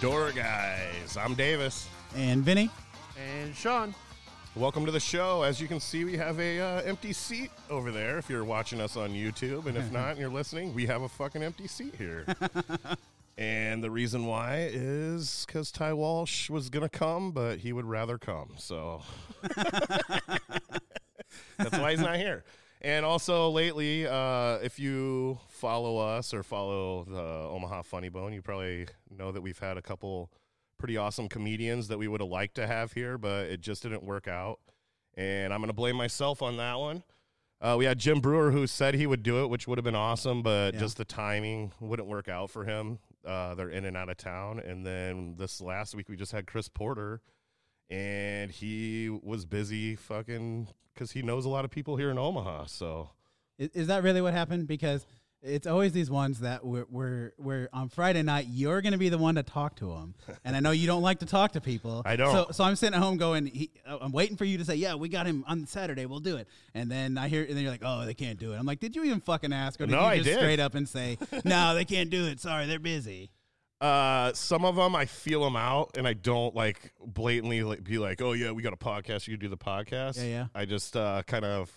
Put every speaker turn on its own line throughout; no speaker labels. Door Guys. I'm Davis.
And Vinny,
And Sean.
Welcome to the show. As you can see, we have a uh, empty seat over there. If you're watching us on YouTube, and if not, and you're listening, we have a fucking empty seat here. and the reason why is because Ty Walsh was gonna come, but he would rather come. So that's why he's not here. And also lately, uh, if you follow us or follow the Omaha Funny Bone, you probably know that we've had a couple pretty awesome comedians that we would have liked to have here, but it just didn't work out. And I'm going to blame myself on that one. Uh, we had Jim Brewer who said he would do it, which would have been awesome, but
Yeah.
just the timing wouldn't work out for him. Uh, they're in and out of town. And then this last week, we just had Chris Porter, and he was busy fucking because he knows a lot of people here in Omaha. So
is, is that really what happened? Because it's always these ones that we're, we're, we're on Friday night, you're going to be the one to talk to them. And I know you don't like to talk to people.
I don't.
So, so I'm sitting at home going, he, uh, I'm waiting for you to say, yeah, we got him on Saturday. We'll do it. And then I hear, and then you're like, oh, they can't do it. I'm like, did you even fucking ask? Or did
No,
you
I
just
did.
straight up and say, no, they can't do it. Sorry, they're busy.
uh, some of them I feel them out, and I don't like blatantly like be like, "Oh yeah, we got a podcast. You do the podcast."
Yeah, yeah.
I just uh, kind of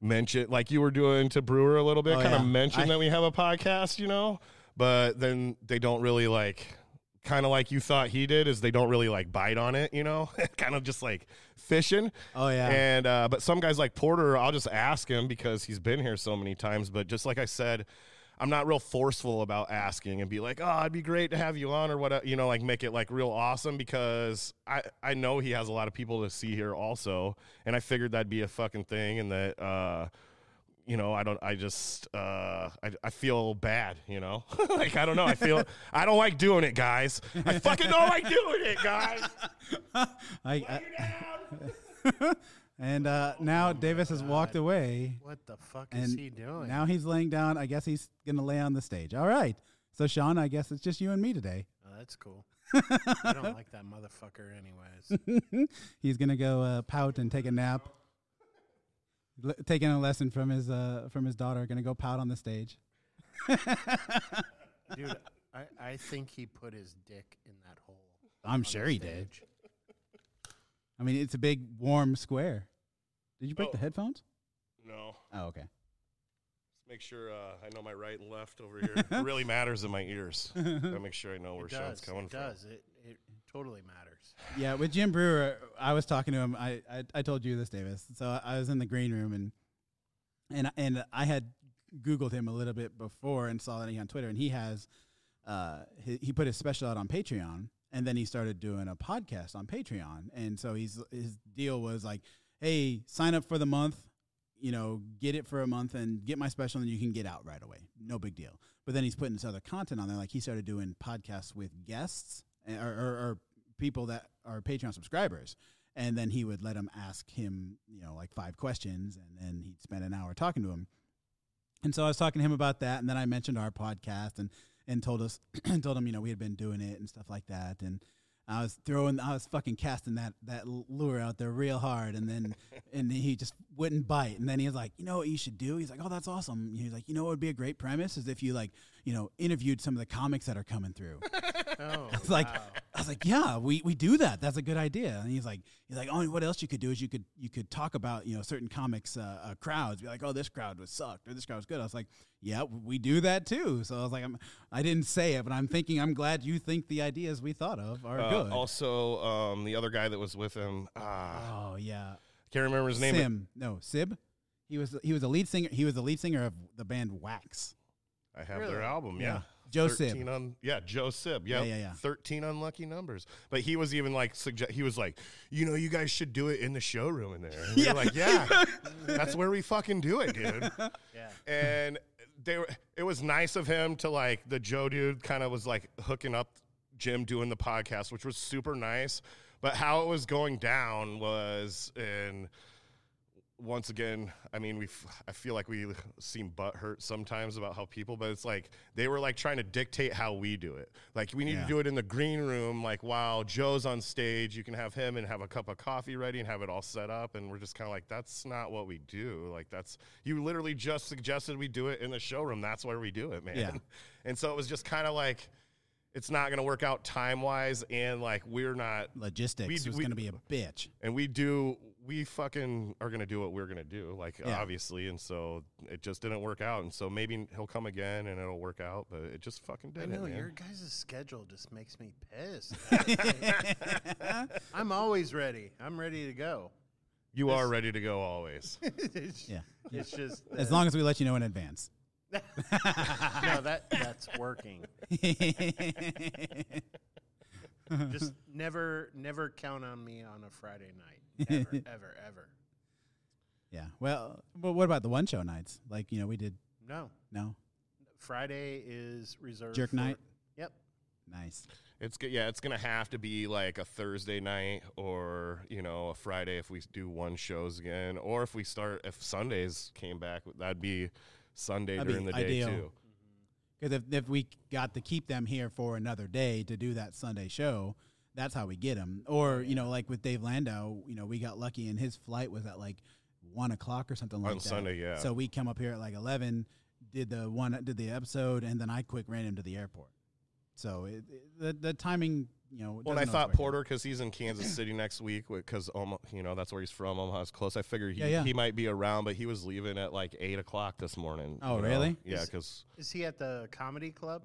mention like you were doing to Brewer a little bit,
Oh,
kind of
yeah.
mention
I-
that we have a podcast, you know. But then they don't really like. Kind of like you thought he did, is they don't really like bite on it, you know, kind of just like fishing.
Oh, yeah.
And uh, but some guys like Porter, I'll just ask him because he's been here so many times. But just like I said, I'm not real forceful about asking and be like, oh, it'd be great to have you on or what, uh, you know, like make it like real awesome because I I know he has a lot of people to see here also, and I figured that'd be a fucking thing and that. uh you know, I don't. I just, uh, I, I feel bad. You know, like I don't know. I feel I don't like doing it, guys. I fucking don't like doing it, guys.
I, I- and uh, now Davis has walked away.
What the fuck is
And
he doing?
now he's laying down. I guess he's going to lay on the stage. All right. So, Sean, I guess it's just you and me today.
oh, that's cool. I don't like that motherfucker, anyways.
he's going to go uh, pout and take a nap. L- taking a lesson from his uh, from his daughter, going to go pout on the stage.
Dude, I, I think he put his dick in that hole.
I'm
on
sure
the
he did.
stage.
I mean, it's a big warm square. Did you break
Oh.
the headphones?
No,
Oh, okay.
Make sure uh, I know my right and left over here. it really matters in my ears. I make sure I know where
It
Sean's
does.
coming
It does. It, it totally matters.
Yeah, with Jim Brewer, I was talking to him. I, I, I told you this, Davis. So I- I was in the green room and and and I had Googled him a little bit before and saw that he on Twitter and he has uh he, he put his special out on Patreon and then he started doing a podcast on Patreon and so he's his deal was like, hey, sign up for the month, you know, get it for a month and get my special and you can get out right away. No big deal. But then he's putting this other content on there, like he started doing podcasts with guests eh, or, or, or people that are Patreon subscribers. And then he would let them ask him, you know, like five questions, and then he'd spend an hour talking to him. And so I was talking to him about that, and then I mentioned our podcast and and told us and told him, you know, we had been doing it and stuff like that. And I was throwing, I was fucking casting that that lure out there real hard, and then and he just wouldn't bite. And then he was like, you know what you should do? He's like, oh, that's awesome. He's like, you know, what would be a great premise is if you like, you know, interviewed some of the comics that are coming through.
Oh,
I was like,
wow.
I was like, yeah, we, we do that. That's a good idea. And he's like, he's like, oh, and what else you could do is you could you could talk about you know certain comics uh, uh, crowds. Be like, oh, this crowd was sucked or this crowd was good. I was like, yeah, we do that too. So I was like, I'm, I didn't say it, but I'm thinking I'm glad you think the ideas we thought of are
from. Uh,
good.
also, um, the other guy that was with him, uh, I
oh yeah,
can't remember his name.
Sim. No, Sib. He was he was a lead singer. He was the lead singer of the band Wax.
but I have their
Really?
album. Yeah,
Yeah. Joe Sib.
13 Un- yeah, Joe Sib.
Yeah,
Yep.
yeah, yeah.
Thirteen unlucky numbers. But he was even like suggest. He was like, you know, you guys should do it in the showroom in there. And we
Yeah.
were like, yeah, that's where we fucking do it, dude.
yeah.
and they were it was nice of him to like the joe dude kind of was like hooking up jim doing the podcast which was super nice but how it was going down was and once again i mean we f- i feel like we seem butthurt sometimes about how people but it's like they were like trying to dictate how we do it like we need
Yeah.
to do it in the green room like while joe's on stage you can have him and have a cup of coffee ready and have it all set up and we're just kind of like that's not what we do like that's you literally just suggested we do it in the showroom that's where we do it man
Yeah.
and so it was just kind of like it's not going to work out time wise, and like we're not,
Logistics
We-
was
we-
going to be a bitch.
and we do, we fucking are going to do what we're going to do, like
Yeah.
obviously, and so it just didn't work out, and so maybe he'll come again and it'll work out, but it just fucking
I
didn't.
know
man.
your guys' schedule just makes me pissed. I'm always ready. I'm ready to go.
You are ready to go always.
it's,
Yeah.
It's just
As long as we let you know in advance.
no, that that's working. Just never never count on me on a Friday night. Never, ever, ever.
yeah. Well, but what about the one show nights? Like, you know, we did
No.
no
Friday is reserved
jerk
for-
night.
Yep.
Nice.
It's go- yeah, it's gonna have to be like a Thursday night or you know a Friday if we do one shows again, or if we start if Sundays came back, that'd be Sunday
That'd
during
be
the day
ideal.
too.
Because if, if we got to keep them here for another day to do that Sunday show, that's how we get them. Or, you know, like with Dave Landau, you know, we got lucky and his flight was at like one o'clock or something like
On
that.
Sunday, yeah.
So we come up here at like 11, did the one, did the episode, and then I quick ran him to the airport. So it, it- the, the timing, you know.
Well,
doesn't
and I
always
thought
work out.
Porter because he's in Kansas City next week because you know that's where he's from. Omaha's close. I figured he,
Yeah, yeah.
he might be around, but he was leaving at like eight o'clock this morning.
Oh,
you know?
really?
Yeah,
Is-
because
Is he at the comedy club?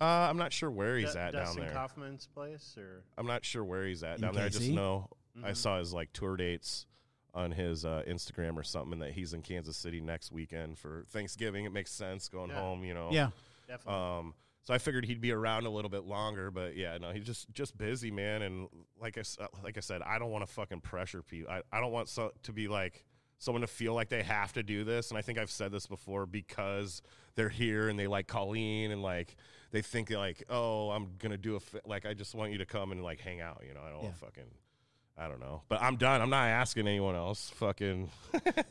uh, I'm not sure where he's
Du-
at down
Dustin
there.
Kaufman's place or
I'm not sure where he's at
In
down there. I just
KC?
know I
Mhm.
saw his like tour dates on his uh, Instagram or something that he's in Kansas City next weekend for Thanksgiving. It makes sense going
Yeah.
home, you know.
Yeah.
definitely.
Um. So I figured he'd be around a little bit longer, but yeah, no, he's just just busy, man. And like I s- uh, like I said, I don't want to fucking pressure people. I, I don't want so, to be like someone to feel like they have to do this. And I think I've said this before because they're here and they like Colleen and like they think like oh I'm gonna do a fi-. like I just want you to come and like hang out. You know I don't want
Yeah.
fucking. I don't know, but I'm done. I'm not asking anyone else. Fucking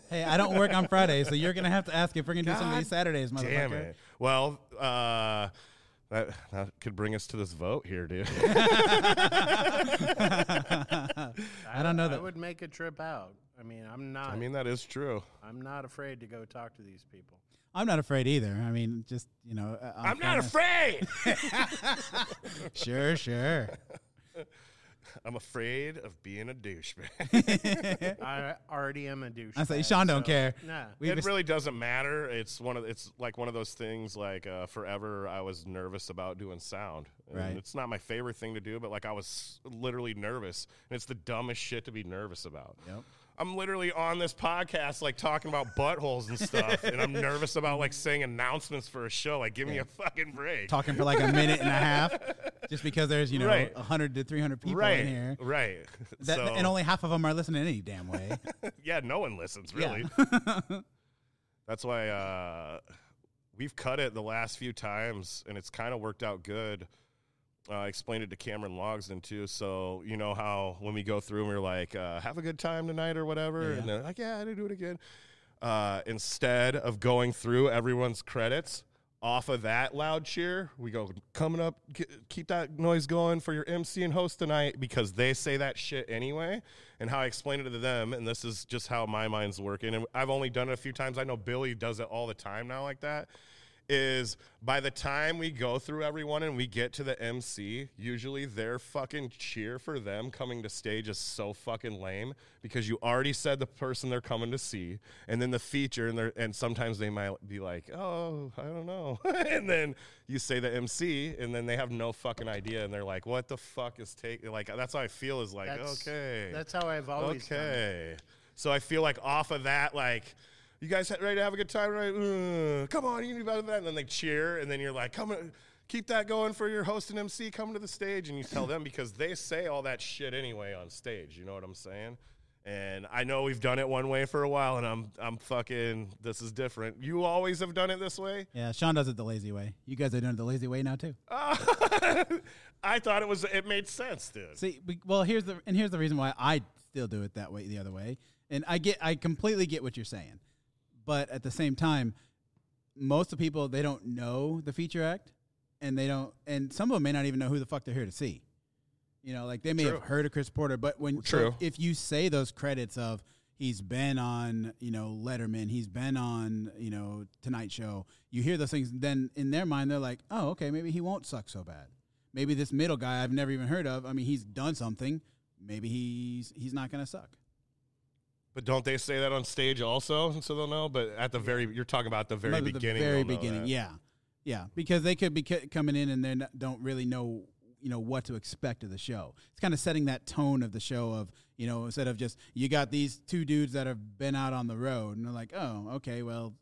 Hey, I don't work on Friday, so you're going to have to ask if we're going to do some of these Saturdays, motherfucker.
Damn it. Well, uh, that, that could bring us to this vote here, dude.
I don't know
I
that-
would make a trip out. I mean, I'm not
uh, I mean, that is true.
I'm not afraid to go talk to these people.
I'm not afraid either. I mean, just, you know. uh, on
I'm not
Friday-
afraid.
Sure, sure.
I'm afraid of being a douchebag.
I already am a douche.
I say, Sean don't care.
Nah.
We've
it really doesn't matter. It's one of it's like one of those things. Like uh, forever, I was nervous about doing sound. And
Right.
It's not my favorite thing to do, but like I was literally nervous, and it's the dumbest shit to be nervous about.
Yep.
I'm literally on this podcast, like talking about buttholes and stuff, and I'm nervous about like saying announcements for a show. Like, give me a fucking break.
talking for like a minute and a half just because there's you know
Right.
100 to 300 people
right,
in here
right.
that,
so,
and only half of them are listening any damn way
yeah, no one listens really. That's why uh, we've cut it the last few times, and it's kind of worked out good. Uh, I explained it to Cameron Logsden too. So you know how when we go through and we're like, uh, "Have a good time tonight" or whatever,
Yeah.
and they're like, "Yeah, I didn't do it again." Uh, instead of going through everyone's credits off of that loud cheer, we go coming up. G- keep that noise going for your MC and host tonight because they say that shit anyway. And how I explained it to them, and this is just how my mind's working. And I've only done it a few times. I know Billy does it all the time now, like that is by the time we go through everyone and we get to the MC, usually their fucking cheer for them coming to stage is so fucking lame because you already said the person they're coming to see, and then the feature, and they're, and sometimes they might be like, oh, I don't know, and then you say the MC, and then they have no fucking idea, and they're like, what the fuck is taking? Like that's how I feel is like,
That's,
okay,
That's how I've always done it.
Okay. So I feel like off of that, like, you guys ha- ready to have a good time? Right? Uh, come on, you can do better than that. And then they cheer, and then you're like, come on, keep that going for your host and MC. Come to the stage, and you tell them because they say all that shit anyway on stage. You know what I'm saying? And I know we've done it one way for a while, and I'm I'm fucking. This is different. You always have done it this way.
yeah sean does it the lazy way you guys are doing it the lazy way now too
I thought it was. It made sense, dude.
see we, well here's the and here's the reason why i still do it that way the other way and i get i completely get what you're saying but at the same time most of the people they don't know the feature act and they don't and some of them may not even know who the fuck they're here to see you know like they may
True.
have heard of chris porter but when so
True.
if you say those credits of he's been on you know letterman he's been on you know tonight show you hear those things then in their mind they're like oh okay maybe he won't suck so bad Maybe this middle guy I've never even heard of. I mean, he's done something. Maybe he's he's not going to suck.
But don't they say that on stage also? So they'll know. But at the very, you're talking about the very
But at
beginning.
The very
they'll know
beginning,
that.
yeah, yeah, because they could be c- coming in and they don't really know you know what to expect of the show. It's kind of setting that tone of the show of you know instead of just you got these two dudes that have been out on the road and they're like, oh, okay, well,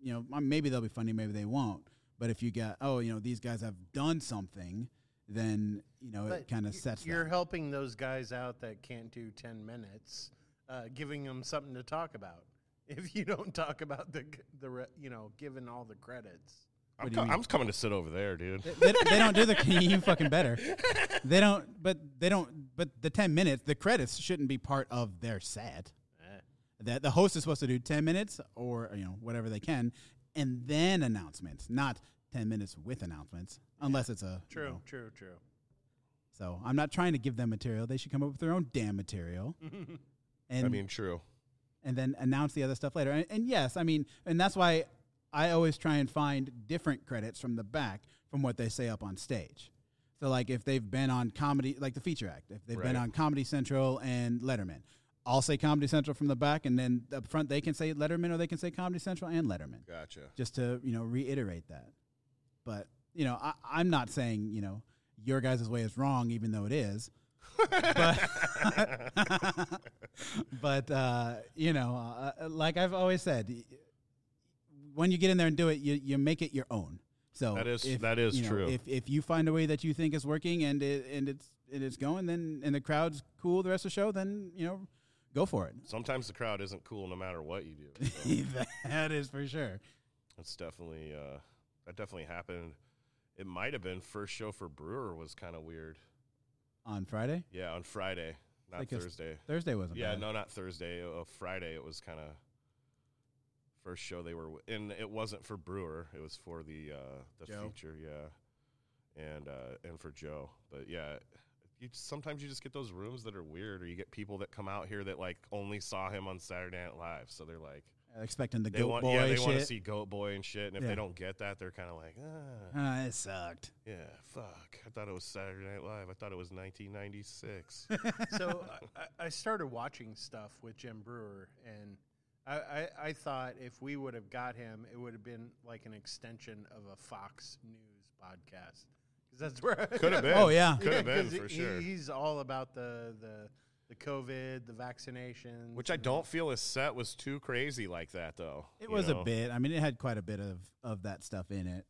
you know, m- maybe they'll be funny, maybe they won't. But if you got oh, you know, these guys have done something, then you know it
But
kind
y-
of sets.
You're
that.
helping those guys out that can't do 10 minutes, uh, giving them something to talk about. If you don't talk about the g- the re- you know giving all the credits,
I'm,
do you
co-
mean?
I'm coming to sit over there, dude.
they, they don't do the you fucking better. They don't, but they don't. But the ten minutes, the credits shouldn't be part of their set.
Eh.
That the host is supposed to do ten minutes or you know whatever they can, and then announcements, not ten minutes with announcements, unless it's a you
True,
know.
true, true.
so I'm not trying to give them material. They should come up with their own damn material. and
I mean, true.
and then announce the other stuff later. And, and yes, I mean, and that's why I always try and find different credits from the back from what they say up on stage. So, like, if they've been on comedy, like the feature act, if they've
Right.
been on Comedy Central and Letterman, I'll say Comedy Central from the back, and then up front they can say Letterman or they can say Comedy Central and Letterman,
Gotcha.
just to you know reiterate that. But you know, I, I'm not saying you know your guys' way is wrong, even though it is. but but uh, you know, uh, like I've always said, y- when you get in there and do it, you, you make it your own. So
That is-
if,
that is
you know,
true.
If if you find a way that you think is working and it and it's and it's going, then and the crowd's cool the rest of the show, then you know, go for it.
Sometimes the crowd isn't cool no matter what you do. so
that is for sure.
That's definitely uh, that definitely happened. It might have been first show for Brewer was kind of weird.
On Friday,
Yeah, on Friday, not
Like a s-
Thursday.
Thursday wasn't.
Yeah,
bad.
no, not Thursday. Uh, Friday it was kind of first show they were, w- and it wasn't for Brewer. It was for the uh, the
Joe.
feature, yeah, and uh, and for Joe. But yeah, you sometimes you just get those rooms that are weird, or you get people that come out here that like only saw him on Saturday Night Live, so they're like
Uh, expecting the
they
goat
want
boy
yeah they want to
shit.
see Goat Boy and shit, and if
Yeah.
they don't get that, they're kind of like ah.
Uh, it sucked.
Yeah, fuck. I thought it was Saturday Night Live. I thought it was 1996.
so I- I, I started watching stuff with Jim Brewer, and I, I, I thought if we would have got him, it would have been like an extension of a Fox News podcast because that's where
Could have been.
Oh, yeah.
Could have been
'cause
for
he-
sure.
He's all about the the the COVID, the vaccinations,
Which I
and-
don't feel his set was too crazy like that though.
It
you
was
know?
a bit. I mean, it had quite a bit of of that stuff in it.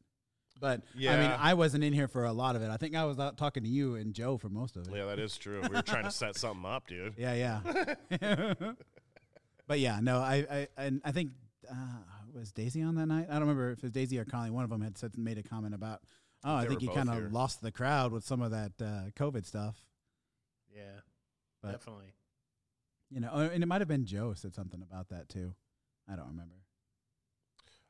But I mean,
Yeah.
I wasn't in here for a lot of it. I think I was out talking to you and Joe for most of it.
Yeah, that is true. We were trying to set something up, dude.
Yeah, yeah. but yeah, no, I, I, and I think uh, was Daisy on that night. I don't remember if it was Daisy or Connie. One of them had said, made a comment about, oh, I
They
think
were
you
both
kind
here.
of lost the crowd with some of that uh, COVID stuff.
Yeah,
But-
definitely.
You know, oh, and it might have been Joe said something about that too. I don't remember.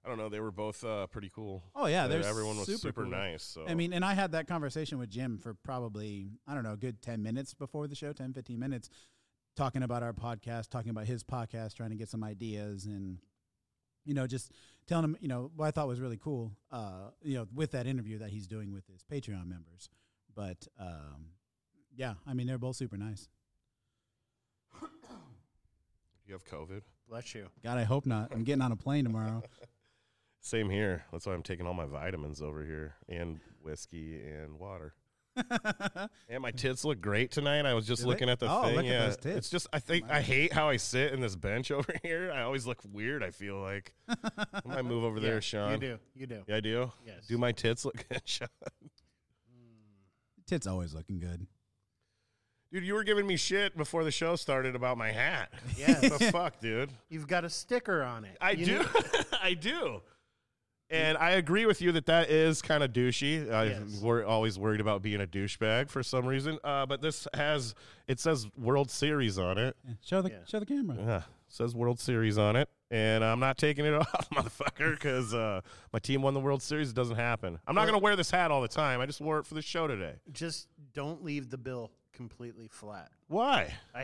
I don't know. They were both uh, pretty cool.
Oh yeah,
They-
there's
everyone was super,
cool.
nice. So
I mean, and I had that conversation with Jim for probably, I don't know, a good 10 minutes before the show, 10, 15 minutes, talking about our podcast, talking about his podcast, trying to get some ideas and, you know, just telling him, you know, what I thought was really cool, uh, you know, with that interview that he's doing with his Patreon members. But um, yeah, I mean, they're both super nice.
you have COVID.
Bless you.
God, I hope not. I'm getting on a plane tomorrow.
Same here. That's why I'm taking all my vitamins over here and whiskey and water. And my tits look great tonight. I was just
Do they?
looking at the
Oh,
thing.
look at
yeah,
those tits.
it's just I think I hate how I sit in this bench over here. I always look weird. I feel like I might move over
Yeah,
there, Sean.
You do. You do.
Yeah, I do.
Yes.
Do my tits look good, Sean?
Tits always looking good.
Dude, you were giving me shit before the show started about my hat.
Yes.
What the fuck, dude?
You've got a sticker on it.
I
You
do.
need-
I do. And I agree with you that that is kind of douchey. I'm
Yes.
wor- always worried about being a douchebag for some reason. Uh, but this has, it says World Series on it.
Yeah, Show the
Yeah.
show the camera.
Yeah, says World Series on it, and I'm not taking it off, motherfucker, because uh, my team won the World Series. It doesn't happen. I'm not gonna wear this hat all the time. I just wore it for the show today.
Just don't leave the bill completely flat.
Why?
I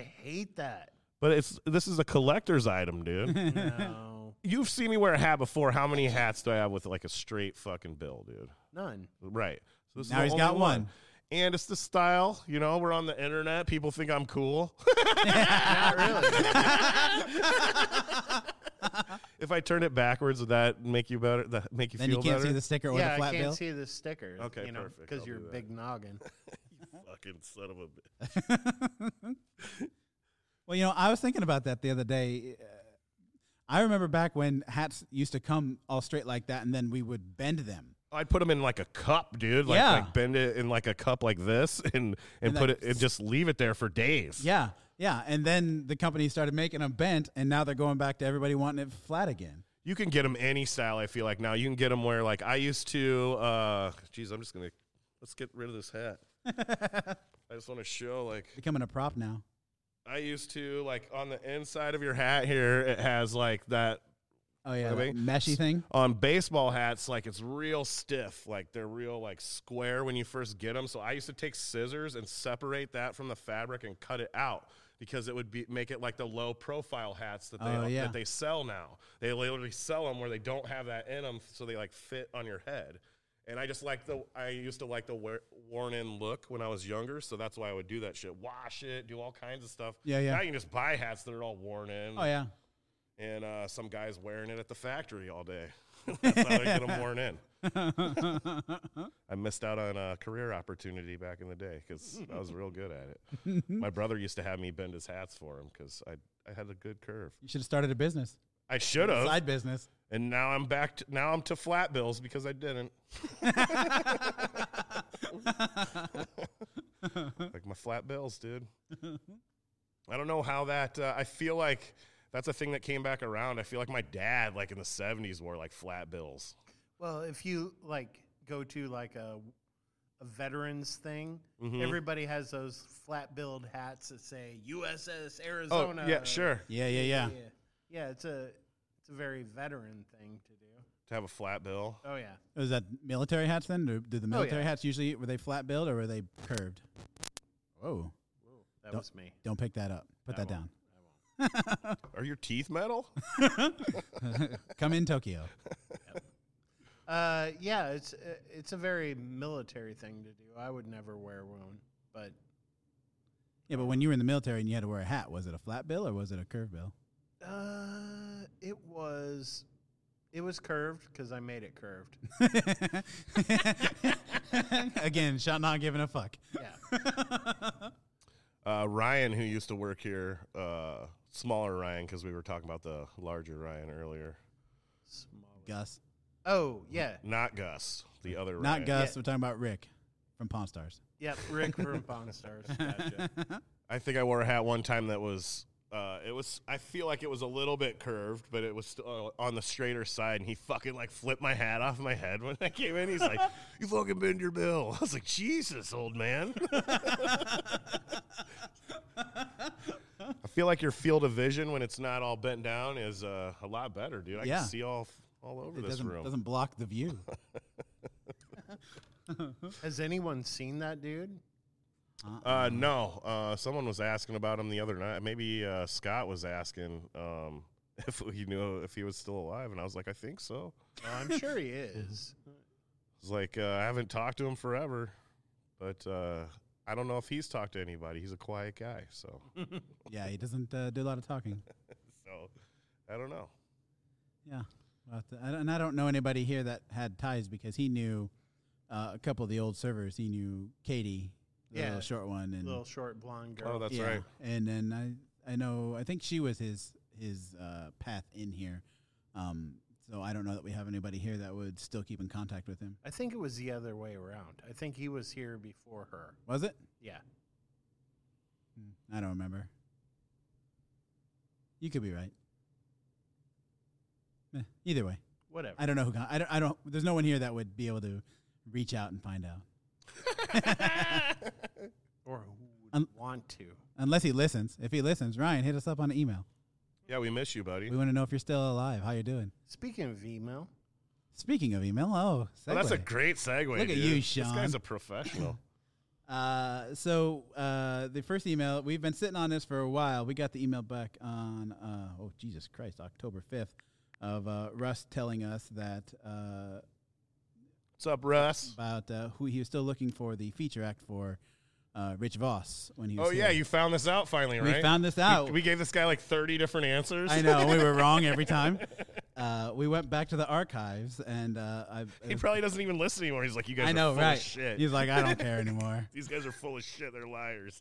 hate that.
But it's this is a collector's item, dude.
No,
You've seen me wear a hat before. How many hats do I have with like a straight fucking bill, dude?
none.
Right. So this
Now
the
he's
only
got one.
And it's the style, you know. We're on the internet. People think I'm cool.
Not really.
if I turn it backwards, would that make you better? That make you
Then you
feel
can't
better?
see the sticker or
yeah,
the
I
flat
can't
bill.
see the sticker.
Okay,
you know,
perfect. I'll
Because you're
do that.
big noggin.
Fucking son of a bitch.
well, you know, I was thinking about that the other day. Uh, I remember back when hats used to come all straight like that, and then we would bend them.
I'd put them in like a cup, dude. Like,
Yeah.
like bend it in like a cup like this, and and,
And
put
like-
it and just leave it there for days.
Yeah, yeah. And then the company started making them bent, and now they're going back to everybody wanting it flat again.
you can get them any style. I feel like now you can get them where like I used to. uh Geez, I'm just gonna let's get rid of this hat. I just want to show like
Becoming a prop now.
I used to like on the inside of your hat here. It has like that
Oh yeah,
By the
that
way,
meshy thing.
on baseball hats. Like it's real stiff. Like they're real like square when you first get them. So I used to take scissors and separate that from the fabric and cut it out. Because it would be make it like the low profile hats that they
Oh, yeah.
that they sell now. They literally sell them where they don't have that in them, so they like fit on your head. And I just like the I used to like the wear, worn in look when I was younger, so that's why I would do that shit. Wash it, do all kinds of stuff.
Yeah, yeah.
Now you can just buy hats that are all worn in.
Oh yeah.
And uh, some guys wearing it at the factory all day. that's how they get them worn in. I missed out on a career opportunity back in the day because I was real good at it. My brother used to have me bend his hats for him because I I had a good curve.
You should have started a business,
I should have.
side business.
And now I'm back. To, now I'm to flat bills because I didn't. like my flat bills, dude. I don't know how that. Uh, I feel like that's a thing that came back around. I feel like my dad, like in the '70s, wore like flat bills.
Well, if you like go to like a, a veterans thing,
Mm-hmm.
everybody has those flat billed hats that say USS
Oh
Arizona.
yeah, sure.
Yeah, yeah, yeah.
Yeah, yeah. It's a it's a very veteran thing to do.
To have a flat bill.
Oh yeah.
Was that military hats then? Or did the military
yeah.
hats usually were they flat billed or were they curved? Whoa!
That
Don't-
was me.
Don't pick that up. Put that down.
Are your teeth metal?
Come in Tokyo.
Uh, yeah, it's uh, it's a very military thing to do. I would never wear one, but
Yeah, but when you were in the military and you had to wear a hat, was it a flat bill or was it a curved bill?
uh, it was it was curved because I made it curved.
Again, shot not giving a fuck.
Yeah,
Uh, Ryan, who used to work here, uh, smaller Ryan, because we were talking about the larger Ryan earlier.
small.
Gus,
Oh yeah,
Not Gus, the other Ryan.
not Gus.
Yeah.
We're talking about Rick from Pawn Stars.
yeah. Rick from Pawn Stars. Gotcha.
I think I wore a hat one time that was. Uh, it was. I feel like it was a little bit curved, but it was still uh, on the straighter side. And he fucking like flipped my hat off my head when I came in. He's like, "You fucking bend your bill." I was like, "Jesus, old man." I feel like your field of vision when it's not all bent down is uh, a lot better, dude. I
Yeah.
can see all all over
It
this
doesn't,
room.
doesn't block the view.
Has anyone seen that dude?
Uh-uh.
Uh, no. Uh, someone was asking about him the other night. Maybe uh, Scott was asking um, if he knew if he was still alive, and I was like, I think so.
Well, I'm sure he is.
I was like, uh, I haven't talked to him forever, but uh, I don't know if he's talked to anybody. He's a quiet guy, so
yeah, he doesn't uh, do a lot of talking.
so I don't know.
Yeah. Well, th- I don't- uh, and I don't know anybody here that had ties because he knew uh, a couple of the old servers. He knew Katie, the
Yeah.
little short one, and
Little short blonde girl.
Oh, that's
yeah.
right.
And then I, I know, I think she was his his uh, path in here. Um, so I don't know that we have anybody here that would still keep in contact with him.
I think it was the other way around. I think he was here before her.
Was it?
Yeah.
Hmm, I don't remember. You could be right. Eh, either way,
Whatever.
I don't know who. Con- I don't. I don't. There's no one here that would be able to reach out and find out.
or who would
Um,
want to.
Unless he listens. If he listens, Ryan, hit us up on an email.
Yeah, we miss you, buddy.
We want to know if you're still alive, how you're doing.
Speaking of email,
Speaking of email, oh,
Well, that's a
segue.
great segue.
at
dude.
you,
This
Sean.
guy's a professional.
uh, so uh, the first email we've been sitting on this for a while. We got the email back on uh, oh Jesus Christ, October fifth, of uh, Russ telling us that uh,
What's up, Russ?
about uh, who he was still looking for the feature act for uh, Rich Voss when he was
Oh yeah,
here.
you found this out finally,
we
right?
found this out.
We, we gave this guy like thirty different answers.
I know we were wrong every time. Uh, we went back to the archives and uh, I,
He probably doesn't even listen anymore. He's like, you guys
I know
are full
right.
of shit.
He's like I don't care anymore.
These guys are full of shit. They're liars.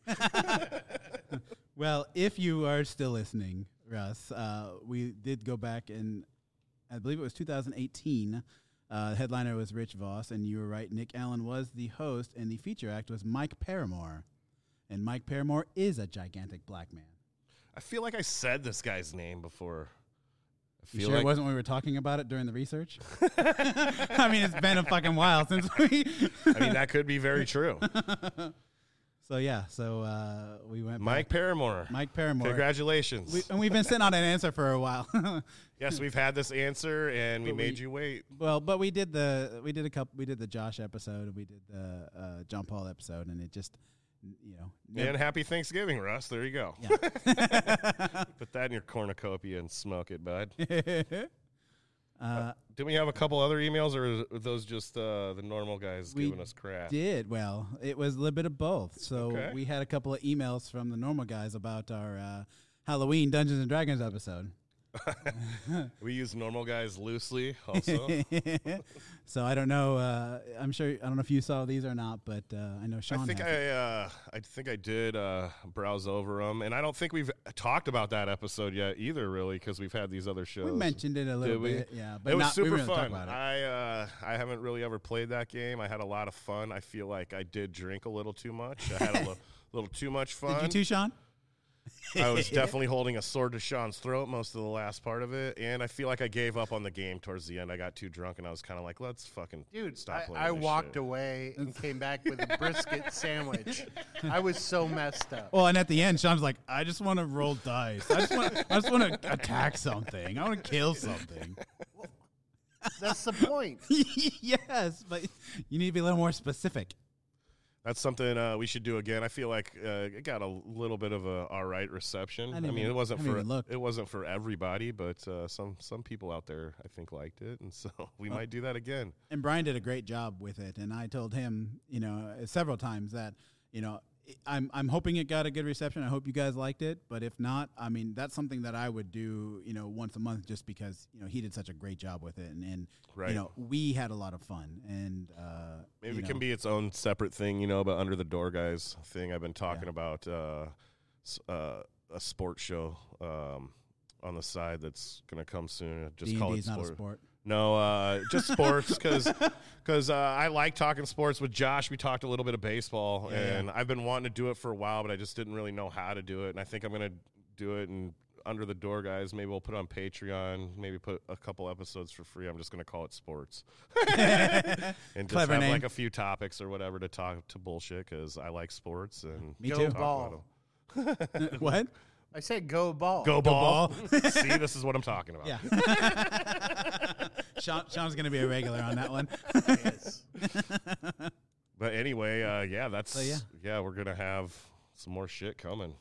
Well, if you are still listening, Russ, uh, we did go back and I believe it was 2018. Uh, the headliner was Rich Voss, and you were right. Nick Allen was the host, and the feature act was Mike Paramore. And Mike Paramore is a gigantic black man.
I feel like I said this guy's name before. I
You
feel
sure
like
it wasn't when we were talking about it during the research? I mean, it's been a fucking while since we.
I mean that could be very true.
so yeah, so uh, we went.
Mike Paramore.
back. Mike Paramore.
Congratulations.
We, and we've been sitting on an answer for a while.
yes, we've had this answer and we
But
made
we-
you wait.
Well, but we did the we did a couple we did the Josh episode and we did the uh, John Paul episode and it just you know never-
And happy Thanksgiving, Russ. There you go.
Yeah.
Put that in your cornucopia and smoke it, bud.
uh,
Didn't we have a couple other emails, or were those just uh, the normal guys
We
giving us crap?
did well. It was a little bit of both. So
Okay.
we had a couple of emails from the normal guys about our uh, Halloween Dungeons and Dragons episode.
We use normal guys loosely, also.
so I don't know. Uh, I'm sure I don't know if you saw these or not, but uh, I know Sean.
I think
has it.
I, uh, I think I did uh, browse over them, and I don't think we've talked about that episode yet either, really, because we've had these other shows.
we mentioned it a little
Did we?
bit, yeah, but
it was
not,
super
we weren't gonna
fun.
Talk about it.
I uh, I haven't really ever played that game. I had a lot of fun. I feel like I did drink a little too much. I had a lo- little too much fun.
Did you too, Sean?
I was definitely holding a sword to Sean's throat most of the last part of it, and I feel like I gave up on the game towards the end. I got too drunk, and I was kind of like, "Let's fucking
Dude,
stop playing."
I, I
this
walked
shit.
away and came back with a brisket sandwich. I was so messed up.
Well, and at the end, Sean's like, I just want to roll dice. I just want, I just want to attack something. I want to kill something.
That's the point.
yes, but you need to be a little more specific.
That's something uh, we should do again. I feel like uh, it got a little bit of a all right reception.
I
I,
didn't
mean,
even-
it wasn't
haven't
for
even looked.
it wasn't for everybody, but uh, some some people out there I think liked it, and so we might do that again.
And Brian did a great job with it, and I told him, you know, uh, several times that, you know, I'm I'm hoping it got a good reception. I hope you guys liked it, but if not, I mean, that's something that I would do, you know, once a month, just because you know he did such a great job with it, and, and
Right.
you know we had a lot of fun, and uh,
Maybe
you
it can
know,
be its own separate thing, you know, but under the door guys thing I've been talking about uh, s- uh, a sports show um, on the side that's going to come soon. Just call it
D&D is not a
sport.
sport.
No, uh, just sports because uh, I like talking sports with Josh. We talked a little bit of baseball,
Yeah, yeah.
and I've been wanting to do it for a while, but I just didn't really know how to do it. And I think I'm gonna do it and under the door guys. Maybe we'll put it on Patreon. Maybe put a couple episodes for free. I'm just gonna call it sports and just
Clever
have
name.
like a few topics or whatever to talk to bullshit because I like sports and
Me
Go
too.
talk
ball.
about 'em.
what?
I said go ball.
Go ball. See, this is what I'm talking about.
Yeah. Sean, Sean's going to be a regular on that one.
Yes.
But anyway, uh, yeah, that's yeah.
yeah.
we're gonna have some more shit coming.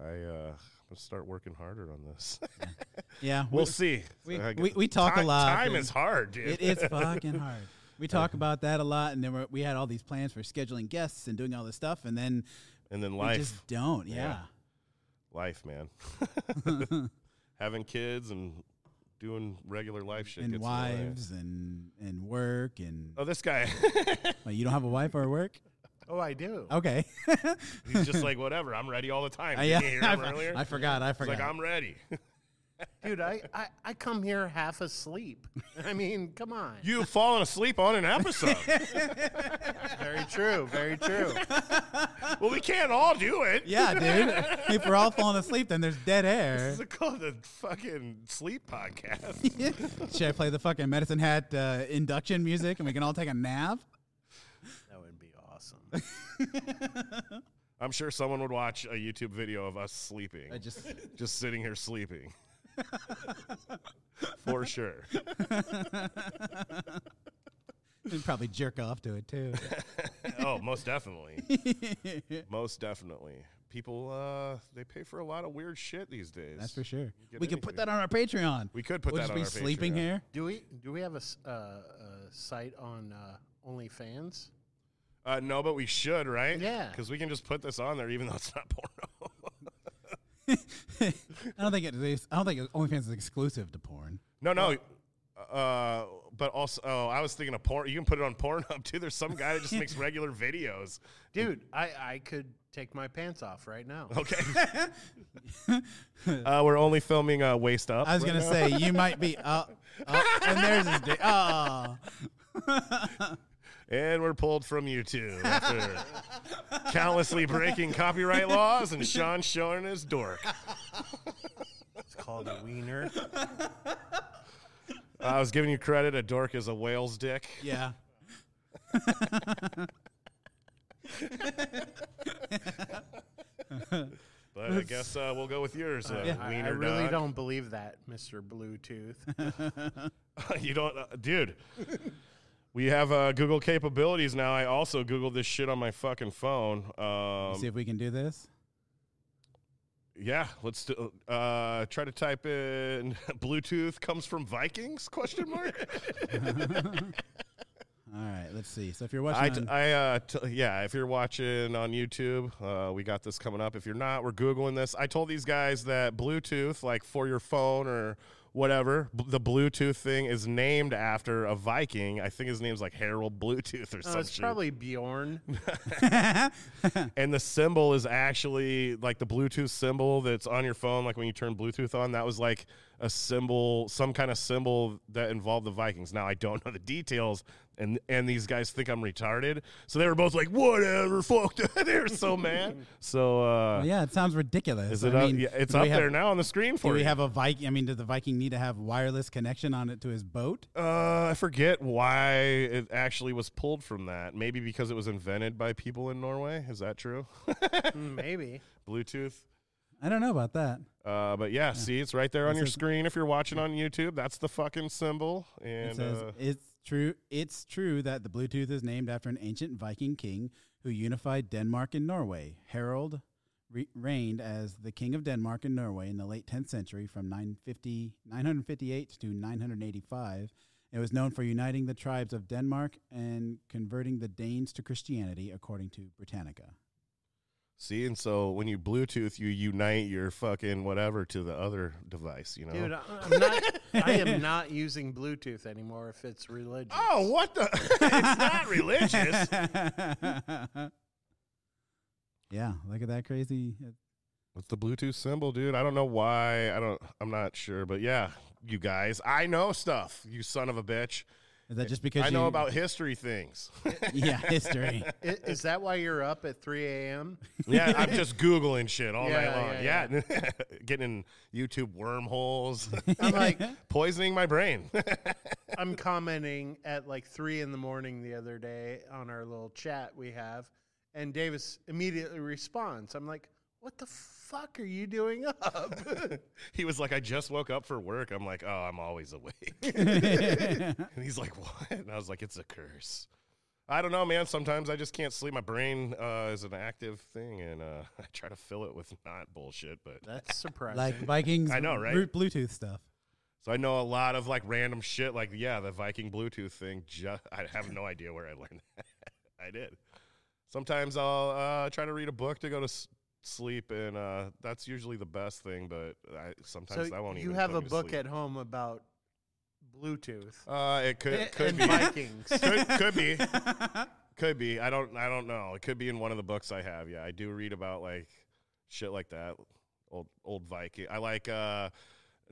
I uh, I'm gonna start working harder on this.
Yeah.
we'll
we-
see.
we-
I-
we- we talk a
time,
lot,
Time
and
is hard, dude.
It is fucking hard. We talk about that a lot, and then we're, we had all these plans for scheduling guests and doing all this stuff, and then
and then
we
life,
just don't. Yeah.
Yeah. life, man. Having kids and doing regular life shit.
And
gets in the way.
wives and, and work. And
Oh, this guy,
Wait, you don't have a wife or work?
Oh, I do.
Okay.
he's just like whatever. I'm ready all the time.
I,
Didn't you hear
I,
him earlier?
I forgot. I
He's
forgot.
like I'm ready.
Dude, I, I, I come here half asleep. I mean, come on.
You've fallen asleep on an episode.
Very true. Very true.
well, we can't all do it.
yeah, dude. if we're all falling asleep, then there's dead air.
This is called the fucking sleep podcast.
Should I play the fucking medicine hat uh, induction music and we can all take a nap?
That would be awesome.
I'm sure someone would watch a YouTube video of us sleeping.
I just
just sitting here sleeping. For sure.
You'd probably jerk off to it too.
Oh, most definitely. most definitely. People uh they pay for a lot of weird shit these days.
That's for sure.
get
We could put
anything.
that on our Patreon.
We could put
we'll
that
just
on
be
our
sleeping
Patreon.
here.
Do we do we have a, s- uh, a site on uh, OnlyFans?
Uh, no, but we should, right?
Yeah.
Because we can just put this on there, even though it's not porno.
I don't think it is. I don't think OnlyFans is exclusive to porn.
no, no. Uh, but also, oh, I was thinking of porn. You can put it on Pornhub too. There's some guy that just makes regular videos.
Dude, I, I could take my pants off right now.
Okay. uh, we're only filming uh, waist up.
I was
right
gonna
now.
say you might be. Oh, oh, and there's his dick. Oh,
And we're pulled from YouTube after countlessly breaking copyright laws and Sean showing his dork.
It's called a wiener.
I was giving you credit. A dork is a whale's dick.
yeah.
But I guess uh, we'll go with yours. Uh,
Yeah. I, I
wiener
really
dog.
don't believe that, Mr. Bluetooth. Uh,
you don't, uh, dude. We have uh, Google capabilities now. I also Googled this shit on my fucking phone. Um,
See if we can do this.
yeah, let's do, uh, try to type in Bluetooth comes from Vikings? Question mark.
All right, let's see. So if you're watching,
I, t-
on-
I uh, t- yeah. If you're watching on YouTube, uh, we got this coming up. If you're not, we're googling this. I told these guys that Bluetooth, like for your phone or whatever, b- the Bluetooth thing is named after a Viking. I think his name's like Harold Bluetooth or
No,
something.
Oh, it's probably Bjorn.
and the symbol is actually like the Bluetooth symbol that's on your phone. Like when you turn Bluetooth on, that was like a symbol, some kind of symbol that involved the Vikings. Now I don't know the details, and and these guys think I'm retarded, so they were both like, "Whatever, fuck that." they were so mad. So uh,
Well, yeah, it sounds ridiculous.
is it?
I
up?
mean,
yeah, it's
do
up
we have-
there now on the screen for
Do we
you.
have a Viking? I mean, does the Viking need to have wireless connection on it to his boat?
uh, I forget why it actually was pulled from that. Maybe because it was invented by people in Norway. Is that true?
Mm, Maybe.
Bluetooth.
I don't know about that.
Uh, but yeah, see, it's right there on
It
your
says-
screen if you're watching on YouTube. That's the fucking symbol.
It
And
says
uh,
it's true. It's true that the Bluetooth is named after an ancient Viking king who unified Denmark and Norway. Harold re- reigned as the king of Denmark and Norway in the late 10th century, from 950, 958 to 985. It was known for uniting the tribes of Denmark and converting the Danes to Christianity, according to Britannica.
see, and so when you Bluetooth, you unite your fucking whatever to the other device, you know?
Dude, I, I'm not, I am not using Bluetooth anymore if it's religious.
oh, what the? it's not religious.
yeah, look at that crazy.
What's the Bluetooth symbol, dude? I don't know why. I don't, I'm not sure. But yeah, you guys, I know stuff, you son of a bitch.
Is that just because
I know
you-
about history things.
yeah history?
I- Is, that why you're up at 3 a.m.?
yeah, I'm just Googling shit all
Yeah,
night long.
yeah,
Yeah, getting in YouTube wormholes,
I'm like,
poisoning my brain.
I'm commenting at like 3 in the morning the other day on our little chat we have, and Davis immediately responds. I'm like, what the fuck are you doing up?
he was like, I just woke up for work. I'm like, oh, I'm always awake. and he's like, what? And I was like, it's a curse. I don't know, man. Sometimes I just can't sleep. My brain uh, is an active thing, and uh, I try to fill it with not bullshit. But
That's surprising.
like Vikings.
I know, right?
root Bluetooth stuff.
so I know a lot of like random shit, like yeah, the Viking Bluetooth thing. Just I have no idea where I learned that. I did. Sometimes I'll uh, try to read a book to go to s- sleep, and uh, that's usually the best thing. But I,
so
sometimes I won't.
you
even
have
put
a
me to
book
sleep.
at home about Bluetooth
Uh, it could could
and
be.
Vikings.
could, could be could be i don't i don't know it could be in one of the books i have yeah i do read about like shit like that old old viking i like uh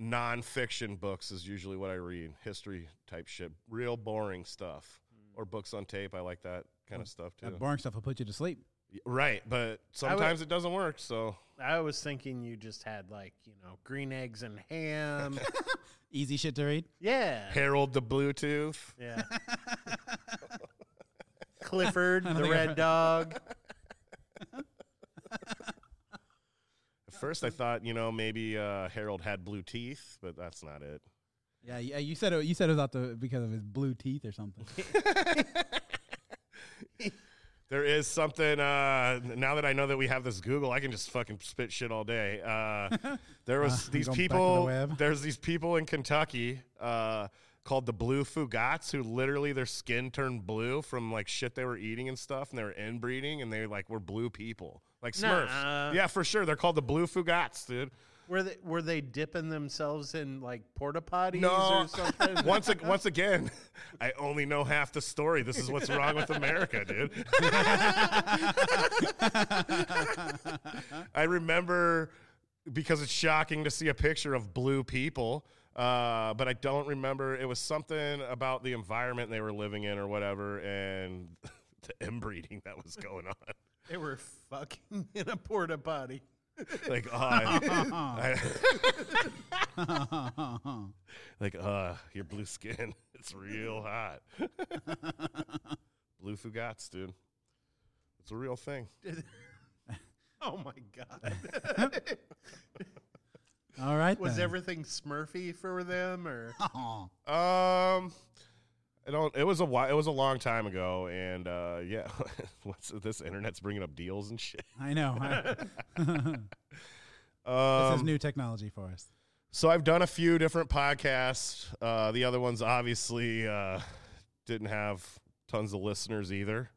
nonfiction books is usually what i read history type shit real boring stuff or books on tape i like that kind
Mm.
of stuff too
That boring stuff will put you to sleep.
right but sometimes it doesn't work so
I was thinking you just had like, you know, green eggs and ham.
Easy shit to read.
yeah.
harold the bluetooth
Yeah. Clifford, the
think I've
red
read-
dog.
at first i thought you know maybe uh harold had blue teeth but that's not it
Yeah, yeah. You said it, you said it was out the because of his blue teeth or something.
There is something. Uh, now that I know that we have this Google, I can just fucking spit shit all day. Uh, there was
Uh,
these
going back to the
people.
web.
there's these people in Kentucky. Uh, called the Blue Fugats, who literally their skin turned blue from like shit they were eating and stuff, and they were inbreeding, and they like were blue people, like Smurfs.
Nuh-uh.
Yeah, for sure. They're called the Blue Fugats, dude.
Were they were they dipping themselves in like porta potties
No.
or something?
once, ag- once again, I only know half the story. This is what's wrong with America, dude. I remember because it's shocking to see a picture of blue people, uh, but I don't remember. It was something about the environment they were living in or whatever, and the inbreeding that was going on.
they were fucking in a porta potty.
Like, uh, I- like, uh, your blue skin, it's real hot. blue fugats, dude. It's a real thing.
Oh my god!
All right.
Was
then.
everything Smurfy for them or?
Aw.
Um, I don't. It was a while. It was a long time ago, and uh, yeah, what's this internet's bringing up deals and shit.
I know. I- this is
Um,
new technology for us.
so I've done a few different podcasts. Uh, the other ones obviously uh, didn't have tons of listeners either.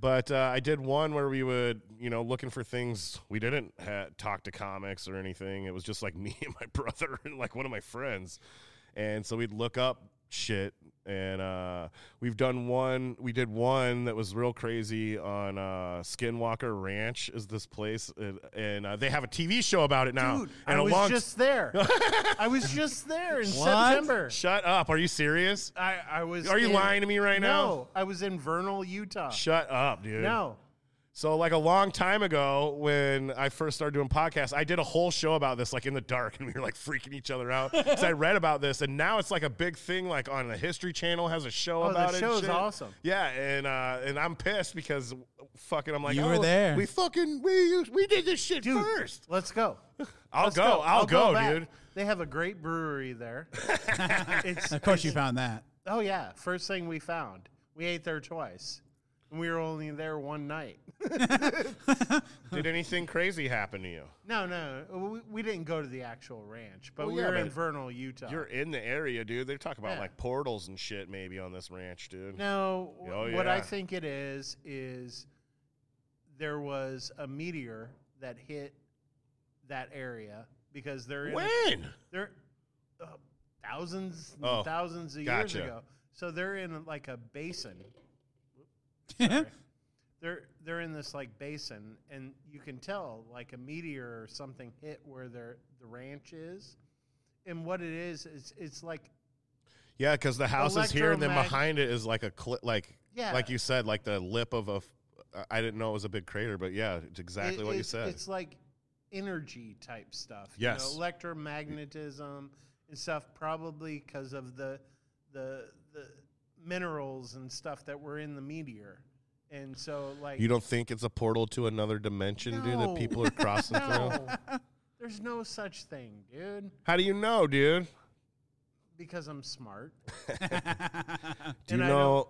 But uh, I did one where we would, you know, looking for things. We didn't ha- talk to comics or anything. It was just like me and my brother and like one of my friends. And so we'd look up shit. And uh, we've done one. We did one that was real crazy on uh, Skinwalker Ranch. Is this place? And, and uh, they have a TV show about it now.
Dude,
Oh, and
I
a
was
long-
just there. I was just there in
What?
September.
Shut up! Are you serious?
I, I was.
Are you
in-
lying to me right now?
No, I was in Vernal, Utah.
Shut up, dude.
no,
So like a long time ago when I first started doing podcasts, I did a whole show about this like in the dark and we were like freaking each other out. so I read about this and now it's like a big thing like on the History Channel has a show
Oh, that
about it.
show
and
is
shit.
awesome.
Yeah, and uh and I'm pissed because fucking I'm like
You
oh,
were there.
We fucking we we did this shit
dude,
first.
let's go.
I'll
Let's
go. I'll, go,
back.
dude.
They have a great brewery there. it's,
Of course, you found that.
oh yeah, first thing we found. We ate there twice, and we were only there one night.
Did anything crazy happen to you?
No, no, we, we didn't go to the actual ranch, but
Well,
we
yeah,
were in
but
Vernal, Utah.
You're in the area, dude. They talk about
Yeah.
like portals and shit maybe on this ranch, dude.
No,
Oh,
what I
yeah.
think it is is there was a meteor that hit that area because they're in a-
When?
they're uh, thousands and
Oh,
thousands of
gotcha.
years ago. So they're in like a basin. They're they're in this like basin, and you can tell like a meteor or something hit where their the ranch is, and what it is is it's like
Yeah, because the house is here, and then
Electromag-
behind it is like a cli- like
Yeah.
like you said, like the lip of a. F- I didn't know it was a big crater, but yeah, it's exactly
It-
what you
it's-
said.
It's like energy type stuff. you know,
Yes.
electromagnetism and stuff, probably because of the the the minerals and stuff that were in the meteor. And so, like,
You don't think it's a portal to another dimension, dude? That
No.
people are crossing through.
no, there's no such thing, dude.
How do you know, dude?
Because I'm smart.
Do
And
you
I
know?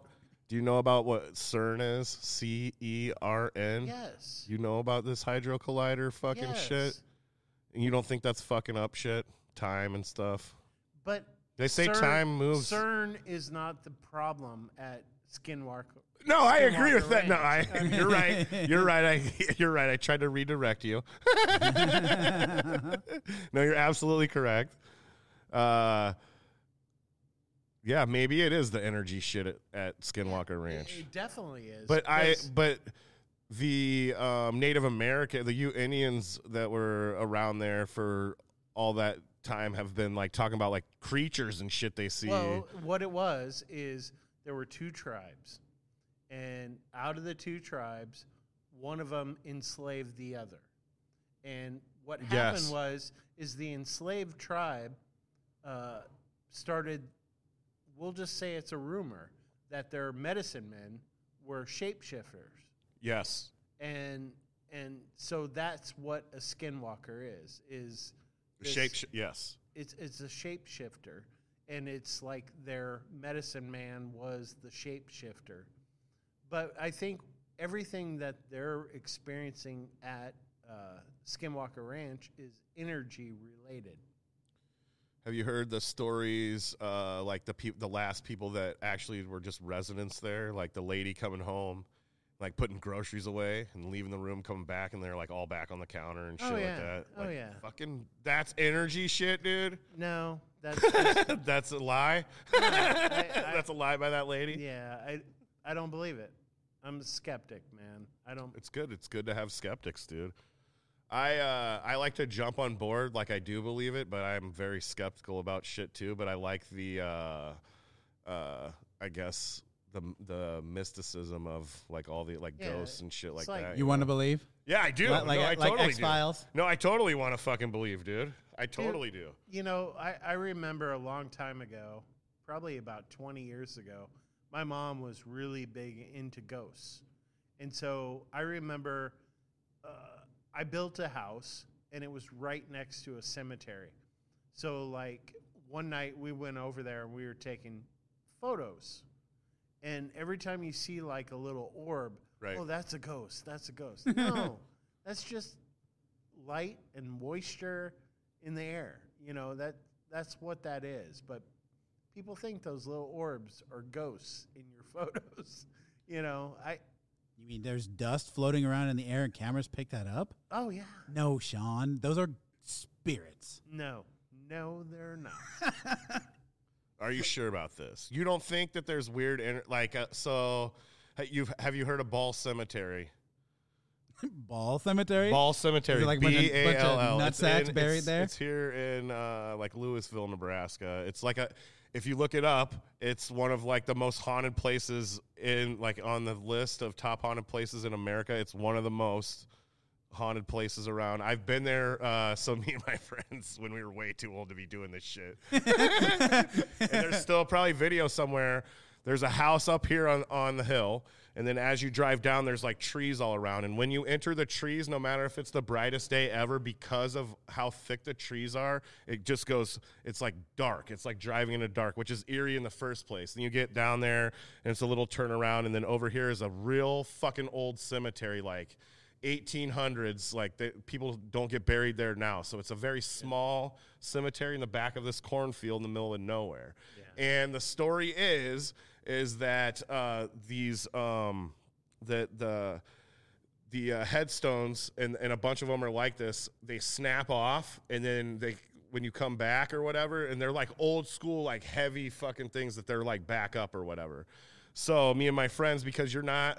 Do you know about what CERN is? C E R N.
Yes.
You know about this hydro collider fucking
yes.
shit, and you don't think that's fucking up shit, time and stuff.
But
They say
CERN-
time moves.
CERN is not the problem at Skinwalker.
No, I agree
Skinwalker
with that. No, I,
Ranch.
you're right. You're right. I, you're right. I tried to redirect you. no, you're absolutely correct. Uh, yeah, maybe it is the energy shit at, at Skinwalker Ranch.
It, it definitely is.
But I
because-
but the um, Native American, the U Indians that were around there for all that time have been like talking about like creatures and shit they see.
Well, what it was is there were two tribes, and out of the two tribes, one of them enslaved the other. And what happened
Yes.
was is the enslaved tribe uh, started. We'll just say it's a rumor that their medicine men were shapeshifters
yes.
and and so that's what a skinwalker is is this-
Shape yes.
it's it's a shapeshifter and it's like their medicine man was the shapeshifter but i think everything that they're experiencing at uh, uh, Skinwalker Ranch is energy related.
Have you heard the stories, uh, like the peop the last people that actually were just residents there, like the lady coming home, like putting groceries away and leaving the room, coming back, and they're like all back on the counter and
Oh,
shit
yeah.
like that.
Oh,
Like,
yeah.
fucking that's energy shit, dude.
No, that's just,
that's a lie.
I-
that's a lie by that lady.
yeah. I I don't believe it. I'm a skeptic, man. I don't.
It's good. It's good to have skeptics, dude. I uh, I like to jump on board, like I do believe it, but I'm very skeptical about shit too. But I like the, uh, uh, I guess the the mysticism of like all the like
Yeah,
ghosts and shit like,
it's like-
that.
You want to believe?
Yeah, I do.
Like- like-
no, I
like
totally
X-Files?
do. No, I totally want to fucking believe, dude. I totally do.
You know, I, I remember a long time ago, probably about 20 years ago, my mom was really big into ghosts. And so I remember uh, I built a house and it was right next to a cemetery. So, like, one night we went over there and we were taking photos. And every time you see like a little orb,
Right.
oh, that's a ghost. That's a ghost. No, that's just light and moisture in the air. You know that that's what that is. But people think those little orbs are ghosts in your photos. You know, I
You mean there's dust floating around in the air and cameras pick that up?
oh yeah,
No, Sean. Those are spirits.
no, no, they're not.
Are you sure about this? You don't think that there's weird, inter- like, uh, so ha- you've have you heard of Ball Cemetery?
Ball Cemetery?
Ball Cemetery.
Is it like a bunch of-
B
bunch of
A L L.
nutsacks buried
it's,
there?
It's here in uh, like Louisville, Nebraska. It's like a. If you look it up, it's one of like the most haunted places in like on the list of top haunted places in America. It's one of the most haunted places around. I've been there. Uh, so me and my friends when we were way too old to be doing this shit. and there's still probably video somewhere. There's a house up here on, on the hill, and then as you drive down, there's like trees all around. And when you enter the trees, no matter if it's the brightest day ever, because of how thick the trees are, it just goes, it's like dark. It's like driving in the dark, which is eerie in the first place. And you get down there, and it's a little turnaround, and then over here is a real fucking old cemetery, like 1800s like they, people don't get buried there now so it's a very small cemetery in the back of this cornfield in the middle of nowhere and the story is is that uh, these um, the the the uh, headstones and, and a bunch of them are like this they snap off and then they when you come back or whatever and they're like old school like heavy fucking things that they're like back up or whatever so me and my friends because you're not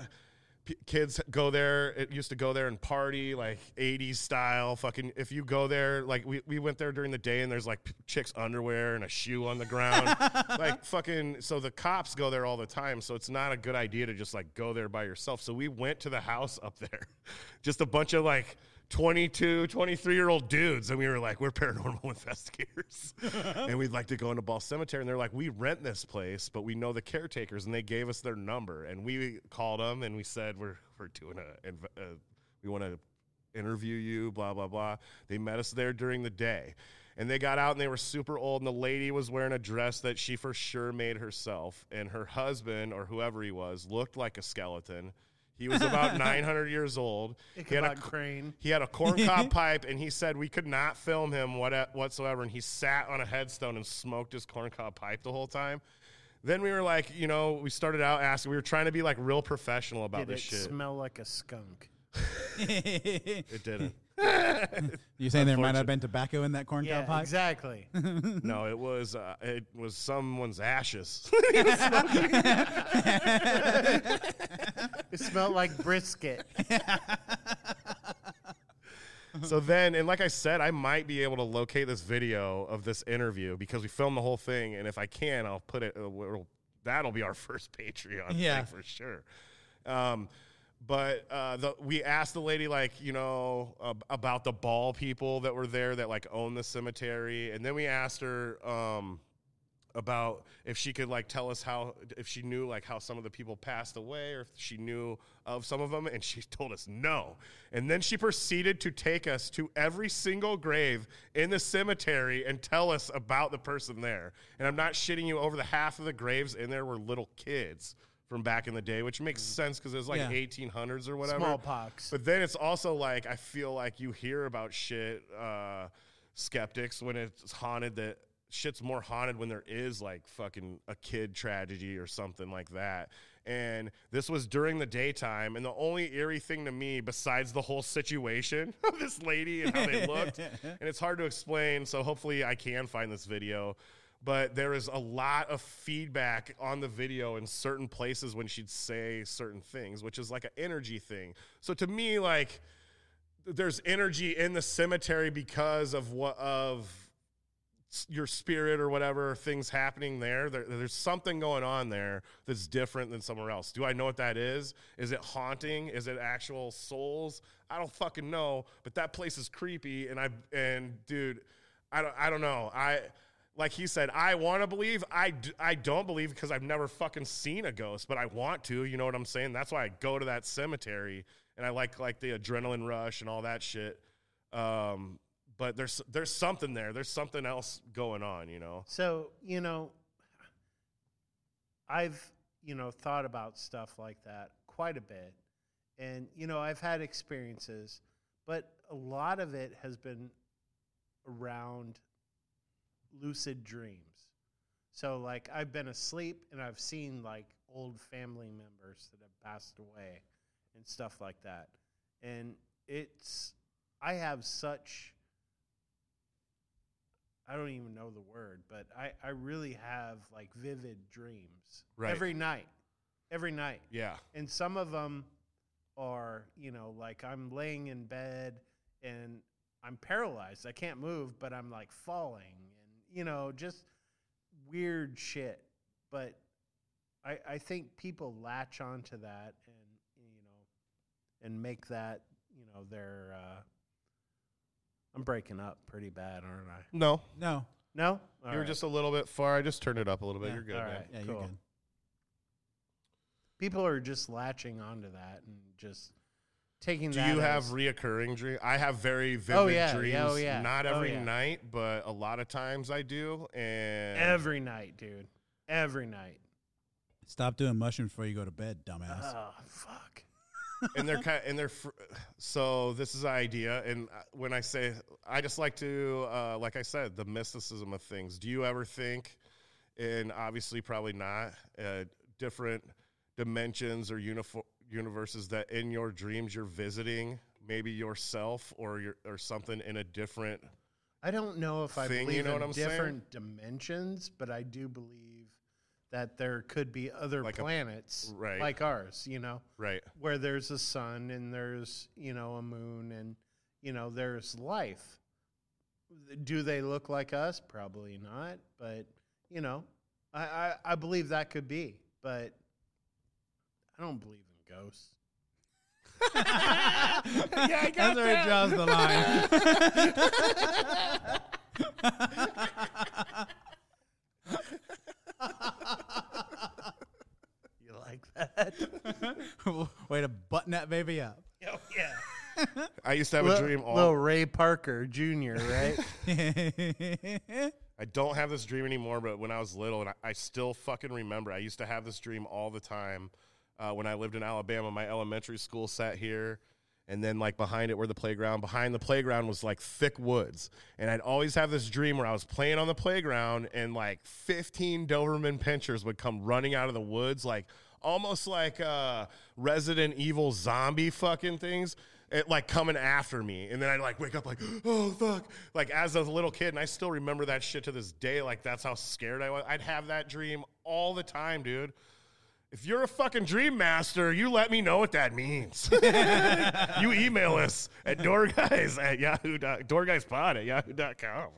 p- kids go there it used to go there and party like 80s style fucking if you go there like we, we went there during the day and there's like p- chicks underwear and a shoe on the ground like fucking so the cops go there all the time so it's not a good idea to just like go there by yourself so we went to the house up there just a bunch of like 22 23 year old dudes and we were like we're paranormal investigators and we'd like to go into ball cemetery and they're like we rent this place but we know the caretakers and they gave us their number and we called them and we said we're we're doing a, inv- a we want to interview you, blah, blah, blah. They met us there during the day. And they got out and they were super old, and the lady was wearing a dress that she for sure made herself. And her husband, or whoever he was, looked like a skeleton. He was about 900 years old. He had, a,
Ichabod Crane.
he had a corncob pipe, and he said we could not film him what, whatsoever. And he sat on a headstone and smoked his corncob pipe the whole time. Then we were like, you know, we started out asking, we were trying to be like real professional about
Did it
Oh, this shit.
smell like a skunk?
it didn't.
You're saying there might not have been tobacco in that corn
Yeah,
cob pipe?
exactly.
No, it was uh, it was someone's ashes.
it smelled like brisket.
so then, and like I said, I might be able to locate this video of this interview because we filmed the whole thing, and if I can, I'll put it. Uh, we'll- that'll be our first Patreon,
Yeah.
thing for sure. Um, but uh, the, we asked the lady, like, you know, ab- about the ball people that were there that like own the cemetery, and then we asked her. Um, about if she could like tell us how if she knew like how some of the people passed away or if she knew of some of them and she told us no and then she proceeded to take us to every single grave in the cemetery and tell us about the person there and i'm not shitting you over the half of the graves in there were little kids from back in the day, which makes sense because it was like
Yeah.
1800s or whatever.
Smallpox.
But then it's also like I feel like you hear about shit uh, skeptics when it's haunted that shit's more haunted when there is like fucking a kid tragedy or something like that. And this was during the daytime, and the only eerie thing to me, besides the whole situation of this lady and how they looked, and it's hard to explain. So hopefully, I can find this video. But there is a lot of feedback on the video in certain places when she'd say certain things, which is like an energy thing. So to me, like there's energy in the cemetery because of what of s- your spirit or whatever things happening there. there there's something going on there that's different than somewhere else do i know what that is is it haunting is it actual souls i don't fucking know but that place is creepy and i and dude i don't i don't know i like he said i want to believe I, d- I don't believe because i've never fucking seen a ghost but i want to you know what i'm saying that's why i go to that cemetery and i like like the adrenaline rush and all that shit um, but there's there's something there. There's something else going on, you know.
So, you know, I've, you know, thought about stuff like that quite a bit. And, you know, I've had experiences, but a lot of it has been around lucid dreams. So, like, I've been asleep and I've seen, like, old family members that have passed away and stuff like that. And it's, I have such. I don't even know the word, but I, I really have like vivid dreams
Right.
every night, every night.
Yeah,
And some of them are, you know, like I'm laying in bed and I'm paralyzed. I can't move, but I'm like falling and, you know, just weird shit. But I, I think people latch onto that and, you know, and make that, you know, their. Uh, I'm breaking up pretty bad, aren't I?
no,
No.
No?
you were
Alright.
just a little bit far. I just turned it up a little bit.
Yeah,
You're good,
all
man.
right.
Yeah, you're
Cool.
good.
people are just latching onto that and just taking
Do
that.
you have
as-
reoccurring dreams? I have very vivid
yeah, yeah,
dreams.
oh, yeah,
Not
oh,
every
yeah.
night, but a lot of times I do. And
every night, dude? Every night.
Stop doing mushrooms before you go to bed, dumbass.
Uh,
Oh fuck.
and they're kind and they're fr- so this is an idea and uh, when i say i just like to uh, like i said the mysticism of things do you ever think and obviously probably not uh, different dimensions or uniform universes that in your dreams you're visiting maybe yourself or your or something in a different
I don't know if I
Thing, you
believe
know
in
what I'm saying?
different dimensions, but I do believe that there could be other
Like a-
planets
right.
like ours, you know,
right
where there's a sun and there's, you know, a moon and, you know, there's life. Do they look like us? Probably not, but, you know, I, I, I believe that could be, but I don't believe in ghosts.
yeah i
That's where it draws the line.
You like that?
Way to button that baby up.
oh, yeah.
i used to have a
Little,
dream all
little Ray Parker Jr., right?
I don't have this dream anymore, but when I was little, and I, I still fucking remember, I used to have this dream all the time. Uh, when I lived in Alabama, my elementary school sat here, and then like behind it were the playground. Behind the playground was like thick woods, and I'd always have this dream where I was playing on the playground, and like fifteen Doberman pinchers would come running out of the woods, like almost like uh, Resident Evil zombie fucking things it like coming after me and then i like wake up like oh fuck like as a little kid and i still remember that shit to this day like that's how scared i was i'd have that dream all the time dude if you're a fucking dream master you let me know what that means you email us at doorguys at yahoo dot- doorguyspod at yahoo.com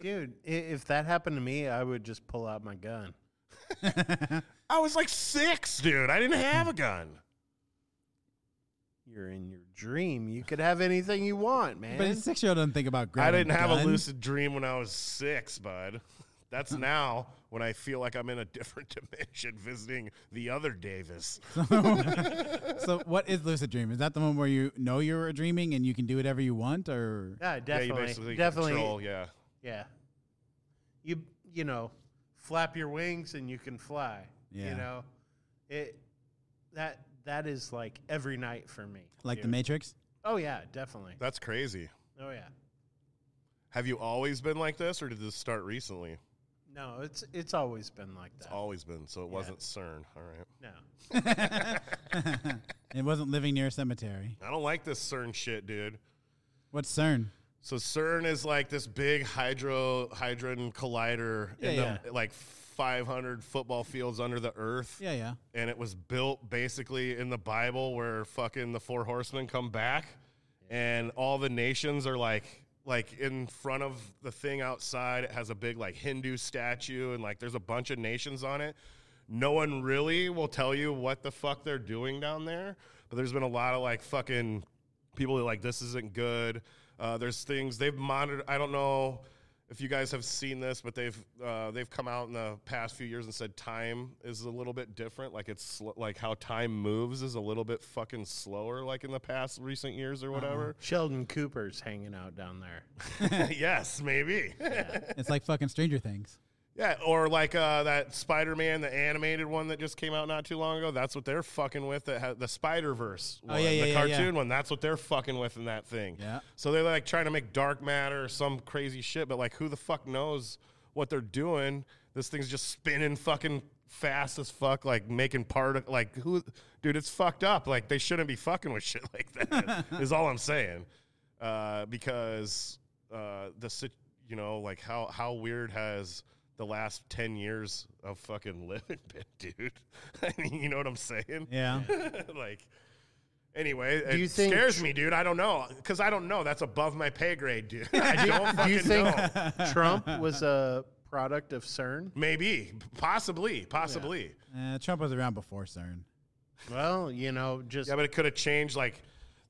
Dude, i- if that happened to me, I would just pull out my gun.
i was like six dude i didn't have a gun
You're in your dream. You could have anything you want,
But a
man.
six year old doesn't think about
I
grabbing
didn't have a
gun.
lucid dream when I was six, bud. That's now when I feel like I'm in a different dimension visiting the other Davis.
So, what is lucid dream? Is that the one where you know you're dreaming and you can do whatever you want, or
Yeah,
yeah,
Ah, definitely.
you basically
definitely.
control, yeah.
Yeah. You you know, flap your wings and you can fly.
Yeah.
You know, it that that is like every night for me.
like the
dude.
Matrix.
Oh yeah, definitely.
That's crazy.
Oh yeah.
Have you always been like this, or did this start recently?
No, it's it's always been like that.
It's always been. So it wasn't CERN. All right.
no.
it wasn't living near a cemetery.
I don't like this CERN shit, dude.
What's CERN?
So CERN is like this big hydro hydron collider in
Yeah,
the, like 500 football fields under the earth,
Yeah, yeah.
and it was built basically in the Bible where fucking the four horsemen come back, and all the nations are like like in front of the thing outside. It has a big like Hindu statue, and like there's a bunch of nations on it. No one really will tell you what the fuck they're doing down there, but there's been a lot of like fucking people are like this isn't good uh, there's things they've monitored i don't know if you guys have seen this but they've uh, they've come out in the past few years and said time is a little bit different like it's sl- like how time moves is a little bit fucking slower like in the past recent years or whatever
Sheldon Cooper's hanging out down there.
Uh-huh.
yes maybe
It's like fucking Stranger Things.
yeah or like uh, that spider-man the animated one that just came out not too long ago that's what they're fucking with that ha- the spider-verse
Oh,
one,
yeah, yeah,
the
yeah, yeah.
cartoon one that's what they're fucking with in that thing
Yeah.
So they're like trying to make dark matter or some crazy shit, but like who the fuck knows what they're doing? This thing's just spinning fucking fast as fuck, like making part of like who dude, it's fucked up. Like they shouldn't be fucking with shit like that is all I'm saying. Uh, because uh the sit- you know, like how how weird has the last ten years of fucking living been, dude? I mean, you know what I'm saying?
Yeah.
like anyway
Do
it
you think-
scares me dude i don't know because i don't know that's above my pay grade dude i don't fucking
Do you think
know
Trump was a product of CERN?
maybe possibly possibly yeah,
Uh, Trump was around before CERN.
Well, you know, just
but it could have changed like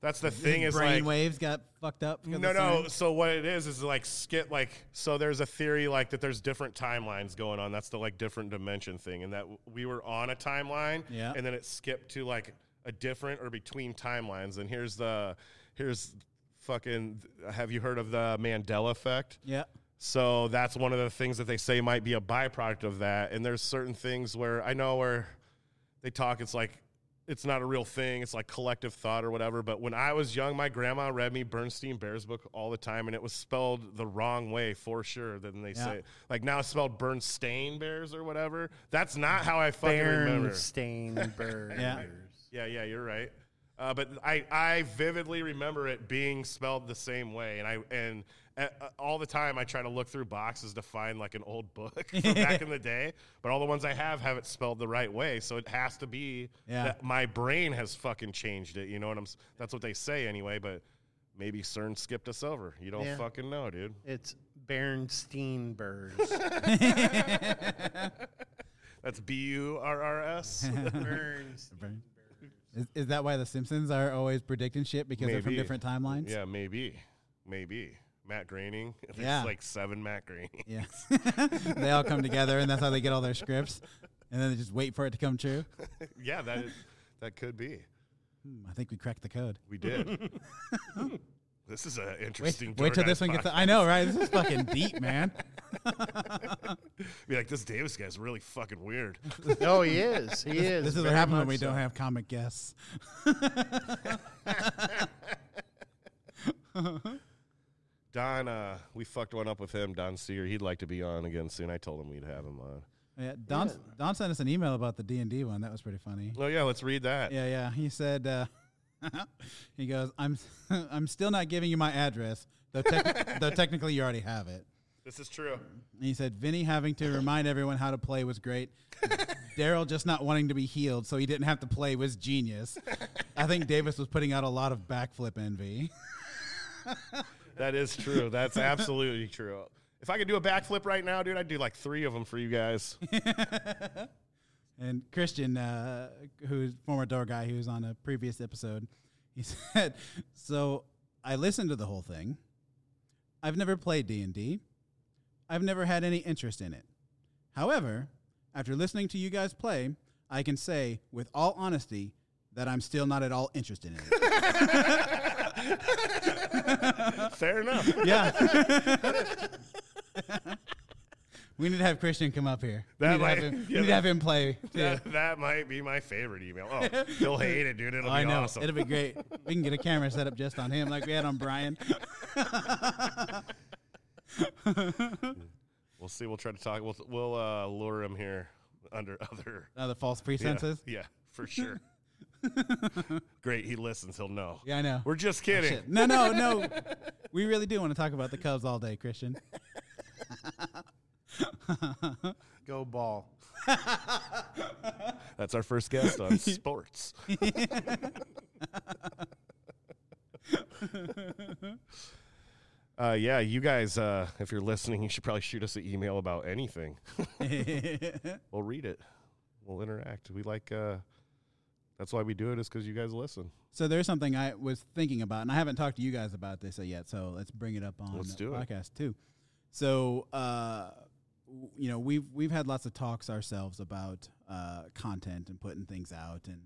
that's the thing is
Brain
like
waves got fucked up. 'cause
no
of
no
CERN.
so what it is is like skit like so there's a theory like that there's different timelines going on that's the like different dimension thing and that w- we were on a timeline
Yeah.
and then it skipped to like a different or between timelines and here's the here's fucking have you heard of the mandela effect
Yeah.
So that's one of the things that they say might be a byproduct of that. And there's certain things where I know where they talk, it's like it's not a real thing, it's like collective thought or whatever. But when I was young, my grandma read me Bernstein Bears book all the time, and it was spelled the wrong way for sure. Then they
Yeah.
say like now it's spelled Bernstein Bears or whatever. That's not how I fucking remember.
Bernstein Burgers.
Yeah.
Yeah, yeah, you're right. Uh, but I, I vividly remember it being spelled the same way, and I and uh, uh, all the time I try to look through boxes to find like an old book from back in the day, but all the ones I have have it spelled the right way, so it has to be
Yeah.
that my brain has fucking changed it. You know what I'm? s- That's what they say anyway. But maybe CERN skipped us over. You don't
Yeah.
fucking know, dude.
It's Bernstein Burgers.
That's B U R R S.
Bernstein.
Is, is that why the Simpsons are always predicting shit because they're from
Maybe.
different timelines?
Yeah, maybe, maybe Matt Groening. There's
Yeah.
like seven Matt Groening.
Yeah. they all come together and that's how they get all their scripts. And then they just wait for it to come true.
yeah, that is, that could be.
Hmm, I think we cracked the code.
We did. this is an
Wait,
interesting.
wait till
Jordan
this one gets.
podcast.
I know, right? This is fucking deep, man.
Be like, this Davis guy's really fucking weird.
Oh, he is. He is.
This is what
very
happens when
much
we
so.
don't have comic guests.
Don, uh, we fucked one up with him. Don Seeger, he'd like to be on again soon. I told him we'd have him on.
Yeah, Don Don sent us an email about the D and D one. That was pretty funny.
Oh yeah, let's read that.
Yeah, yeah. He said, uh, he goes, I'm I'm still not giving you my address, though, tec- though technically you already have it.
This is true.
And he said, Vinny having to remind everyone how to play was great. Daryl just not wanting to be healed, so he didn't have to play, was genius. I think Davis was putting out a lot of backflip envy.
That is true. That's absolutely true. If I could do a backflip right now, dude, I'd do like three of them for you guys.
And Christian, uh, who's former door guy, who was on a previous episode, he said, "So I listened to the whole thing. I've never played D anD D. I've never had any interest in it. However, after listening to you guys play, I can say with all honesty that I'm still not at all interested in it.
Fair enough.
yeah." We need to have Christian come up here.
That
we need,
might-
to, have him, we
yeah,
need to
that-
have him play. too.
That, that might be my favorite email. Oh, he'll hate it, dude. It'll
I
be
know.
awesome.
It'll be great. We can get a camera set up just on him, like we had on Brian.
we'll see. We'll try to talk. We'll we'll uh, lure him here under other
Uh, the false
Yeah,
pretenses.
Yeah, for sure. Great, he listens. He'll know.
Yeah, I know. Oh,
We're just kidding.
Shit. No, no, no. we really do want to talk about the Cubs all day, Christian.
Go ball.
That's our first guest on sports. uh, yeah, you guys, uh, if you're listening, you should probably shoot us an email about anything. we'll read it. We'll interact. We like. Uh, that's why we do it. Is because you guys listen.
so there's something I was thinking about, and I haven't talked to you guys about this yet. So let's bring it up on
Let's
the
do it.
podcast too. So uh, w- you know we've we've had lots of talks ourselves about uh, content and putting things out and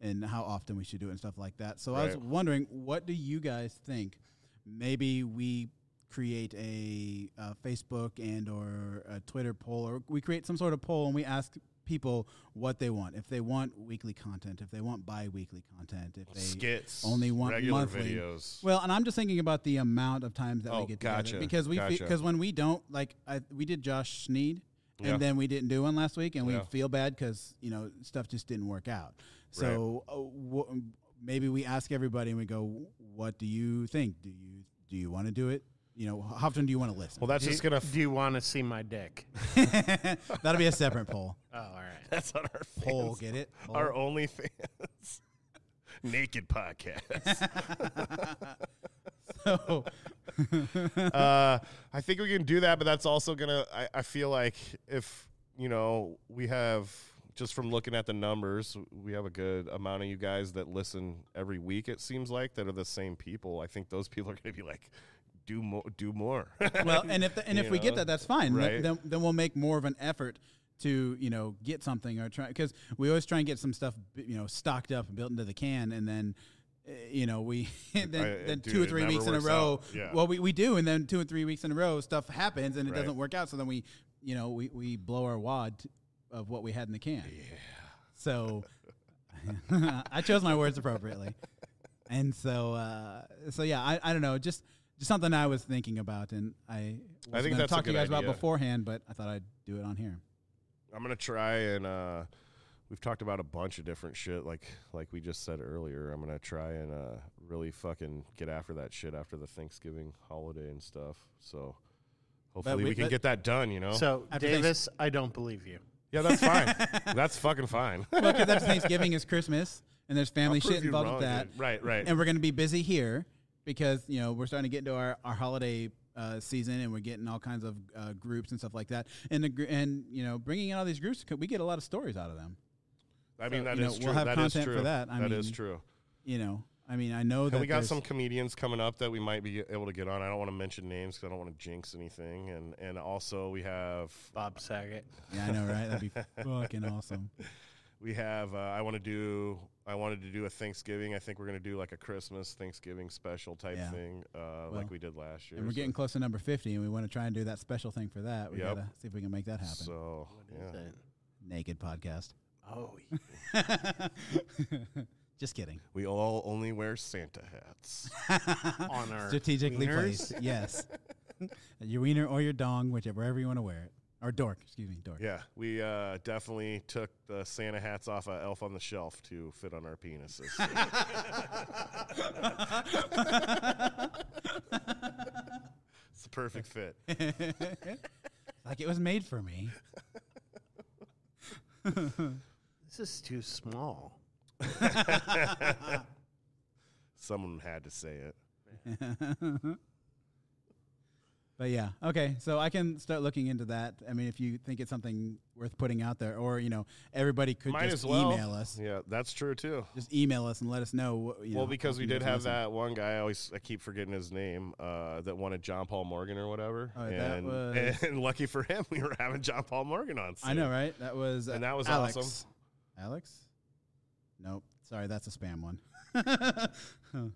and how often we should do it and stuff like that. So I was
Right.
wondering, what do you guys think? Maybe we create a, uh Facebook and or a Twitter poll, or we create some sort of poll and we ask people what they want. If they want weekly content, if they want bi-weekly content, if they
Skits.
only want
regular
monthly.
videos.
well, and I'm just thinking about the amount of times that
Oh,
we get
gotcha,
together because we because
gotcha.
when we don't like I, we did Josh Sneed and
Yeah.
then we didn't do one last week and we
Yeah.
feel bad because you know stuff just didn't work out. So uh, wha- maybe we ask everybody and we go, what do you think? Do you do you want to do it? You know, how often do you want to listen?
Well, that's just gonna.
Do you want to see my dick?
That'll be a separate poll.
Oh, all right.
that's on our fans.
Poll, get it? Poll.
Our OnlyFans. Naked podcast.
so,
uh, I think we can do that, but that's also gonna. I, I feel like if you know we have just from looking at the numbers, we have a good amount of you guys that listen every week. It seems like that are the same people. I think those people are gonna be like, do more, do more.
well, and if the, and
You
if we get
know,
that, that's fine. Th-
right.
Then, then we'll make more of an effort to you know get something or try because we always try and get some stuff b- you know stocked up and built into the can, and then uh, you know we then,
I-
then
dude,
two or
it
three
never
weeks in a
works
row.
out. Yeah.
Well, we, we do, and then two or three weeks in a row, stuff happens and it
Right.
doesn't work out. So then we you know we we blow our wad t- of what we had in the can. Yeah. So I chose my words appropriately. And so, uh, so yeah, I, I don't know, just just something I was thinking about, and I was
I think
gonna
that's a
talk to you
good
guys
idea.
about beforehand, but I thought I'd do it on here.
I'm gonna try and uh, we've talked about a bunch of different shit. Like like we just said earlier, I'm gonna try and uh, really fucking get after that shit after the Thanksgiving holiday and stuff. So hopefully
we-
we, can
but-
get that done. You know,
So,
After thanks-
Davis, I don't believe you.
yeah, that's fine. that's fucking fine.
Well, because after Thanksgiving is Christmas, and there's family
I'll prove
shit
you
involved
wrong,
with that,
dude. Right, right.
and we're gonna be busy here because you know we're starting to get into our our holiday. Uh, season and we're getting all kinds of uh, groups and stuff like that, and the, gr- and you know bringing in all these groups, we get a lot of stories out of them.
I mean
So,
that
you know,
is
we'll
true.
have
That is
content for
true.
that. I
That is
mean,
true.
You know, I mean, I know that
And we got
there's-
some comedians coming up that we might be able to get on. I don't want to mention names because I don't want to jinx anything. And and also we have
Bob Saget.
Yeah, I know, right? That'd be fucking awesome.
we have uh, i want to do i wanted to do a thanksgiving i think we're going to do like a christmas thanksgiving special type
Yeah.
thing uh,
Well,
like we did last year
And we're
so-
getting close to number 50, and we want to try and do that special thing for that. We
Yep.
gotta see if we can make that happen.
so
Is
yeah
it?
Naked podcast.
Oh,
Just kidding.
we all only wear santa hats
on our
Strategically
wieners?
placed. Yes. your wiener or your dong, whichever wherever you want to wear it. Or dork, excuse me, dork.
yeah we uh, definitely took the santa hats off of elf on the shelf to fit on our penises it's the perfect fit
Like it was made for me.
This is too small.
someone had to say it
But yeah, okay. So I can start looking into that. I mean, if you think it's something worth putting out there, or you know, everybody could
might
just
as well
email us.
yeah that's true too
Just email us and let us know. wh- You
well,
know,
because
how
we
you
did
guys
have
listen.
that one guy. I always I keep forgetting his name. Uh, that wanted John Paul Morgan or whatever.
Oh, that
and,
was-
and lucky for him, we were having John Paul Morgan on.
I know, right? That was uh,
And that was
Alex.
awesome.
Alex? Nope. Sorry, that's a spam one.
Oh,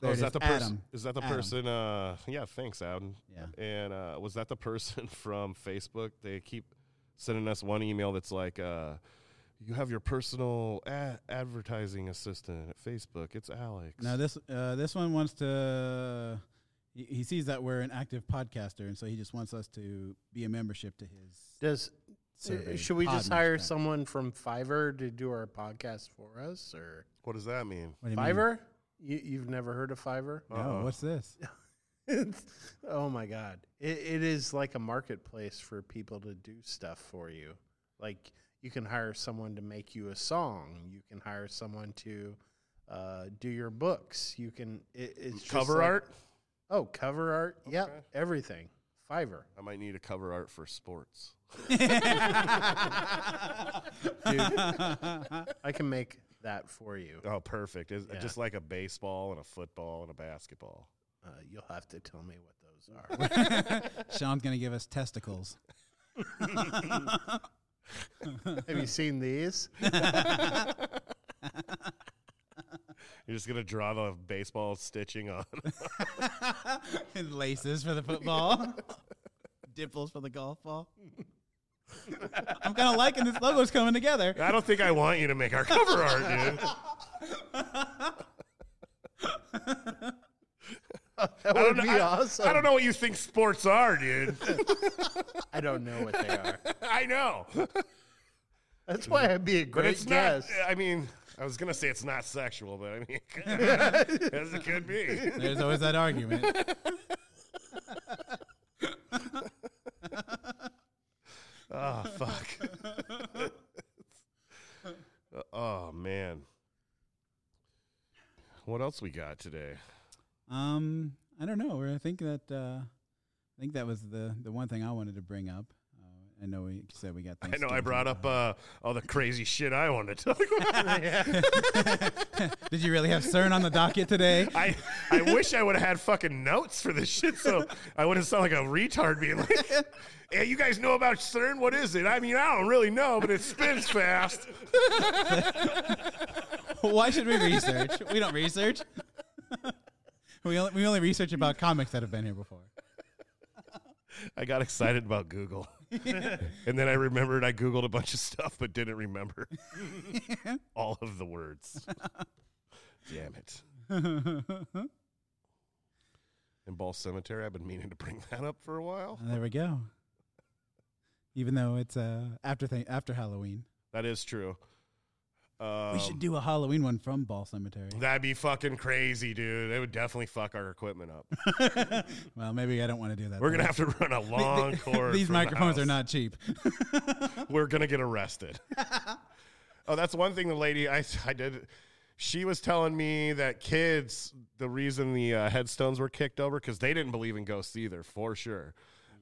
There
is
it
Oh, that
is.
the
Adam.
person? Is that the
Adam.
person? Uh, yeah, thanks, Adam.
Yeah.
And uh, was that the person from Facebook? They keep sending us one email that's like, uh, "You have your personal a- advertising assistant at Facebook. It's Alex."
Now this uh, this one wants to. He he sees that we're an active podcaster, and so he just wants us to be a membership to his.
Does
survey.
uh, should we just
Podmaster.
hire someone from Fiverr to do our podcast for us or
what does that mean?
What do you mean?
Fiverr? You, you've never heard of Fiverr?
No,
Uh-uh.
what's this?
It's- oh my god! It, it is like a marketplace for people to do stuff for you. Like you can hire someone to make you a song. You can hire someone to uh, do your books. You can it, it's just
cover
like-
art.
Oh, cover art. Yeah,
Okay.
everything. Fiverr.
I might need a cover art for sports.
I can make that for you.
Oh, perfect! Is
Yeah.
just like a baseball and a football and a basketball.
Uh, you'll have to tell me what those are.
Sean's gonna give us testicles.
have you seen these?
You're just gonna draw the baseball stitching on.
and laces for the football, dimples for the golf ball. I'm kind of liking this logo's coming together.
I don't think I want you to make our cover art, dude.
That
I
would
don't,
be
know, I-
awesome.
I don't know what you think sports are, dude.
I don't know what they are.
I know.
That's why I'd be a
But
great
it's
guest.
not. I mean, I was going to say it's not sexual, but I mean, as it could be.
There's always that argument.
Oh, fuck. oh, man. What else we got today?
Um, I don't know. I think that uh, I think that was the the one thing I wanted to bring up. Uh, I know we said we got.
I know I brought up uh, all the crazy shit I wanted to talk about.
Did you really have CERN on the docket today?
I, I wish I would have had fucking notes for this shit so I wouldn't sound like a retard being like, yeah, you guys know about CERN? What is it? I mean, I don't really know, but it spins fast.
Why should we research? We don't research. we only, we only research about comics that have been here before. Uh,
I got excited about Google. and then I remembered I Googled a bunch of stuff but didn't remember all of the words. Damn it. And Ball Cemetery, I've been meaning to bring that up for a while.
And there we go. Even though it's uh, after thing after Halloween,
That is true. Um,
we should do a Halloween one from Ball Cemetery.
That'd be fucking crazy, dude. It would definitely fuck our equipment up.
well, maybe I don't want to do that.
We're
though.
gonna have to run a long cord.
These
from the
microphones are
house.
not cheap.
we're gonna get arrested. oh, that's one thing. The lady I I did, she was telling me that kids, the reason the uh, headstones were kicked over because they didn't believe in ghosts either, for sure.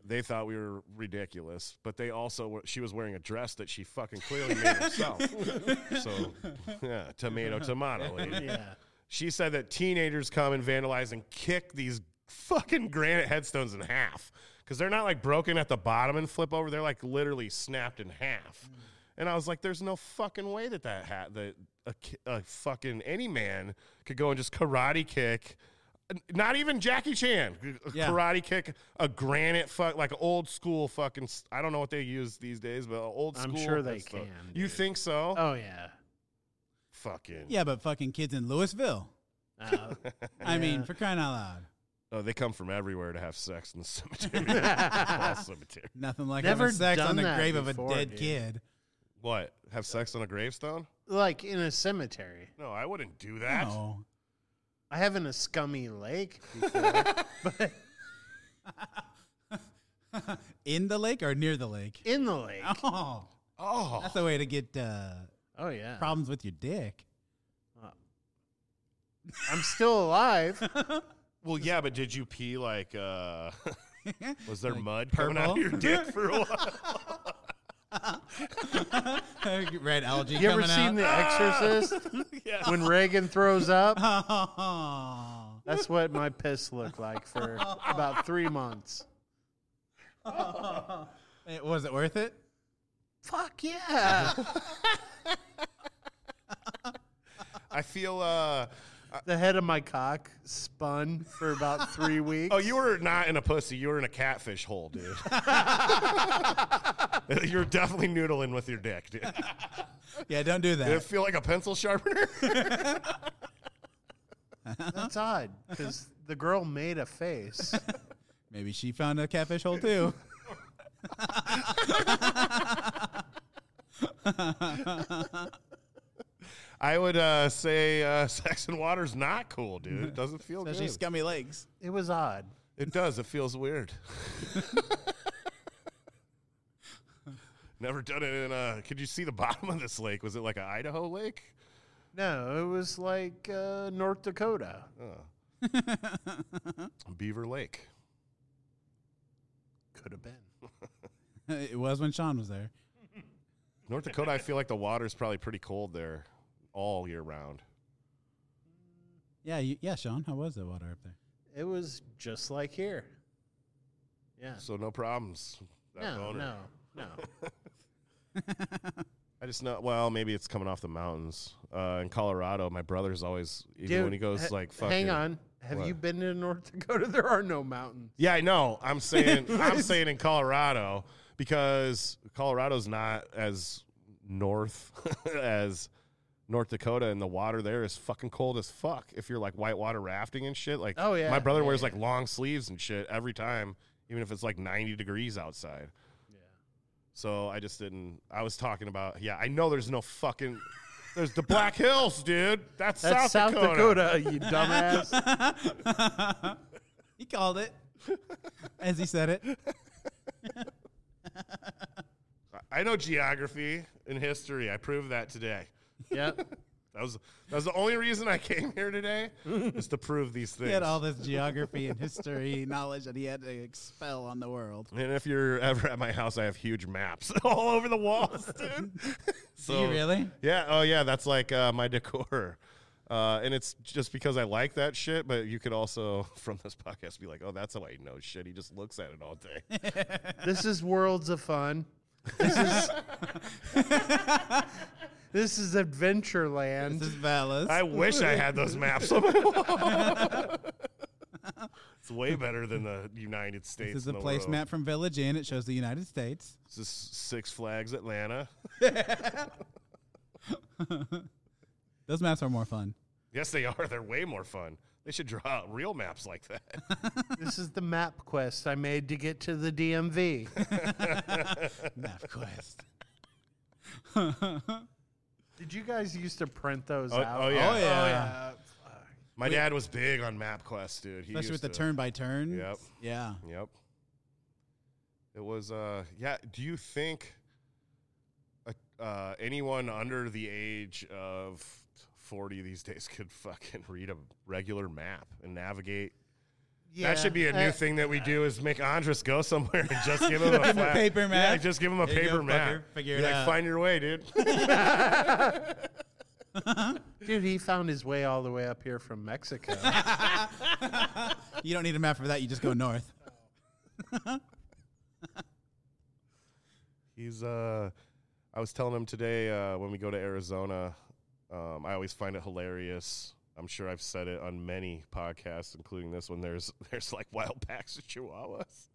They thought we were ridiculous, but they also were, she was wearing a dress that she fucking clearly made herself. so, yeah, tomato, tomato, lady.
Yeah.
She said that teenagers come and vandalize and kick these fucking granite headstones in half because they're not like broken at the bottom and flip over. They're like literally snapped in half. And I was like, "There's no fucking way that that hat that a, ki- a fucking any man could go and just karate kick." n- Not even Jackie Chan. A
Yeah.
Karate kick a granite fuck like old school fucking. s- I don't know what they use these days, but old
I'm
school.
sure they
headstone.
can,
You
dude.
think so?
Oh yeah.
Fucking
Yeah, but fucking kids in Louisville.
Uh,
I mean,
Yeah.
for crying out loud.
Oh, they come from everywhere to have sex in the cemetery. All cemetery.
Nothing like
Never
having sex on
done
the
that
grave of
before,
a dead
dude.
kid.
What? Have sex on a gravestone?
like in a cemetery.
No, I wouldn't do that.
No.
I have in a scummy lake before, but
In the lake or near the lake?
in the lake.
Oh,
Oh,
that's a way to get uh,
Oh yeah. Uh,
problems with your dick.
I'm still alive.
well, yeah, but did you pee like? uh Was there
Like
mud coming out of
purple?
your dick for a while?
Red algae
You ever
coming
seen The
out.
Exorcist?
yeah.
when Reagan throws up,
oh.
that's what my piss looked like for about three months.
It- Was it worth it?
Fuck yeah.
I feel. uh I-
The head of my cock spun for about three weeks.
Oh, you were not in a pussy. You were in a catfish hole, dude. You're definitely noodling with your dick, dude.
Yeah, don't do
Did it
that.
feel like a pencil sharpener?
That's odd because the girl made a face.
Maybe she found a catfish hole too.
I would uh, say uh, sex and water's not cool, dude. It doesn't feel
Especially
good.
scummy legs.
It was odd.
It does. It feels weird. Never done it in a. Could you see the bottom of this lake? Was it like an Idaho lake?
No, it was like uh, North Dakota.
Beaver Lake.
Could have been.
it was when Sean was there.
North Dakota, I feel like the water's probably pretty cold there all year round.
Yeah, you, yeah, Sean. How was the water up there?
It was just like here. Yeah.
So no problems. That
No,
boner.
no, no.
I just know. Well, maybe it's coming off the mountains. Uh, in Colorado, my brother's always even when he goes
ha-
like fucking.
hang on. Have
What?
you been to North Dakota? There are no mountains.
Yeah, I know. I'm saying I'm saying in Colorado because Colorado's not as north as North Dakota, and the water there is fucking cold as fuck. If you're like whitewater rafting and shit, like
Oh, yeah.
my brother
Yeah,
wears
yeah.
like long sleeves and shit every time, even if it's like 90 degrees outside. So I just didn't. I was talking about yeah. I know there's no fucking. There's the Black Hills, dude. That's,
That's
South, Dakota.
you dumbass.
He called it as he said it.
I know geography and history. I proved that today.
yep.
That was that was the only reason I came here today is to prove these
He
things.
had all this geography and history knowledge that he had to expel on the world.
and if you're ever at my house, I have huge maps all over the walls, dude.
Do you really?
Yeah. Oh, yeah. That's like uh, my decor. Uh, and it's just because I like that shit, but you could also, from this podcast, be like, oh, that's how I know shit. He just looks at it all day.
This is worlds of fun. This is This is adventure land.
This is Valis.
I wish I had those maps on my wall. it's way better than the United States.
This is a
and the world.
placemat from Village Inn. It shows the United States.
This is Six Flags Atlanta.
Those maps are more fun.
Yes, they are. They're way more fun. They should draw out real maps like that.
This is the map quest I made to get to the DMV.
Map quest.
Did you guys used to print those
Oh,
out?
oh, yeah.
Oh, yeah.
fuck.
My dad was big on MapQuest, dude. He
Especially
used
with the
to-
turn by turn.
Yep.
Yeah.
Yep. It was. Uh, yeah. Do you think uh, uh, anyone under the age of forty these days could fucking read a regular map and navigate?
Yeah,
That should be a new
uh,
thing that we do is make Andres go somewhere and just give him a,
him a
flat-
paper
Yeah,
map.
just give him a
There you
paper
go,
map.
fucker. Figure
Be
it
like,
out.
Find your way, dude.
Dude, he found his way all the way up here from Mexico.
You don't need a map for that. You just go north.
He's uh I was telling him today uh when we go to Arizona, um I always find it hilarious. I'm sure I've said it on many podcasts, including this one. There's there's like wild packs of chihuahuas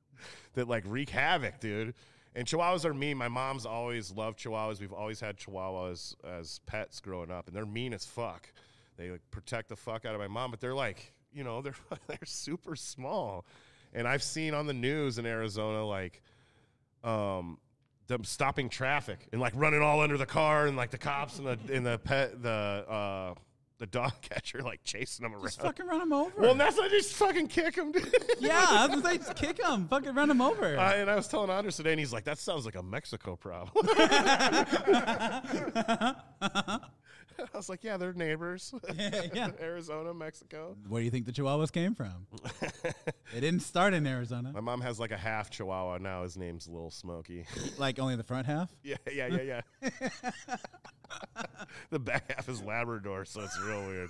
that like wreak havoc, dude. And chihuahuas are mean. My mom's always loved chihuahuas. We've always had chihuahuas as pets growing up, and they're mean as fuck. They like protect the fuck out of my mom, but they're like, you know, they're they're super small. And I've seen on the news in Arizona like um, them stopping traffic and like running all under the car and like the cops and the and the pet the uh, the dog catcher like chasing them around.
Just fucking run them over.
well, that's not just fucking kick them, dude.
yeah, I was gonna say, just kick them. Fucking run them over.
I- Uh, and I was telling Anders today, and he's like, "That sounds like a Mexico problem." I was like, "Yeah, they're neighbors,
yeah.
Arizona, Mexico."
Where do you think the Chihuahuas came from? they didn't start in Arizona.
My mom has like a half Chihuahua now. His name's Little Smoky.
Like only the front half.
Yeah, yeah, yeah, yeah. the back half is Labrador, so it's real weird.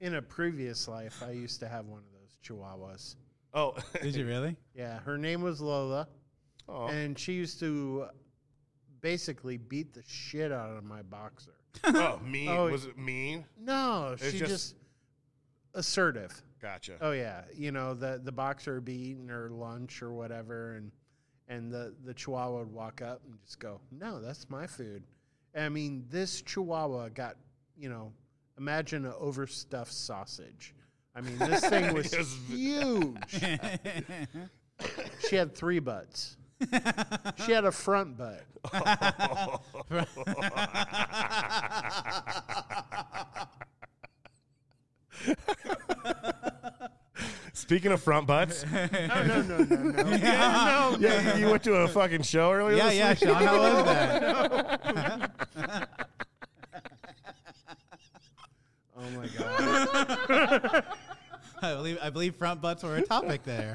In a previous life, I used to have one of those chihuahuas.
Oh,
Did you really?
Yeah, her name was Lola,
Aw.
and she used to basically beat the shit out of my boxer.
oh, mean?
Oh,
was it mean?
No,
It's
she
just-
just, assertive.
Gotcha.
Oh yeah, you know the the boxer would be eating her lunch or whatever, and and the the Chihuahua would walk up and just go, "No, that's my food." And, I mean, this Chihuahua got you know, imagine an overstuffed sausage. I mean, this thing was
Yes.
huge. She had three butts. she had a front butt.
Speaking of front butts,
No, no, no, no, no.
yeah,
yeah, you, you went to a fucking show earlier.
yeah,
this
yeah,
week?
Sean, how was that?
Oh my god.
I believe I believe front butts were a topic there.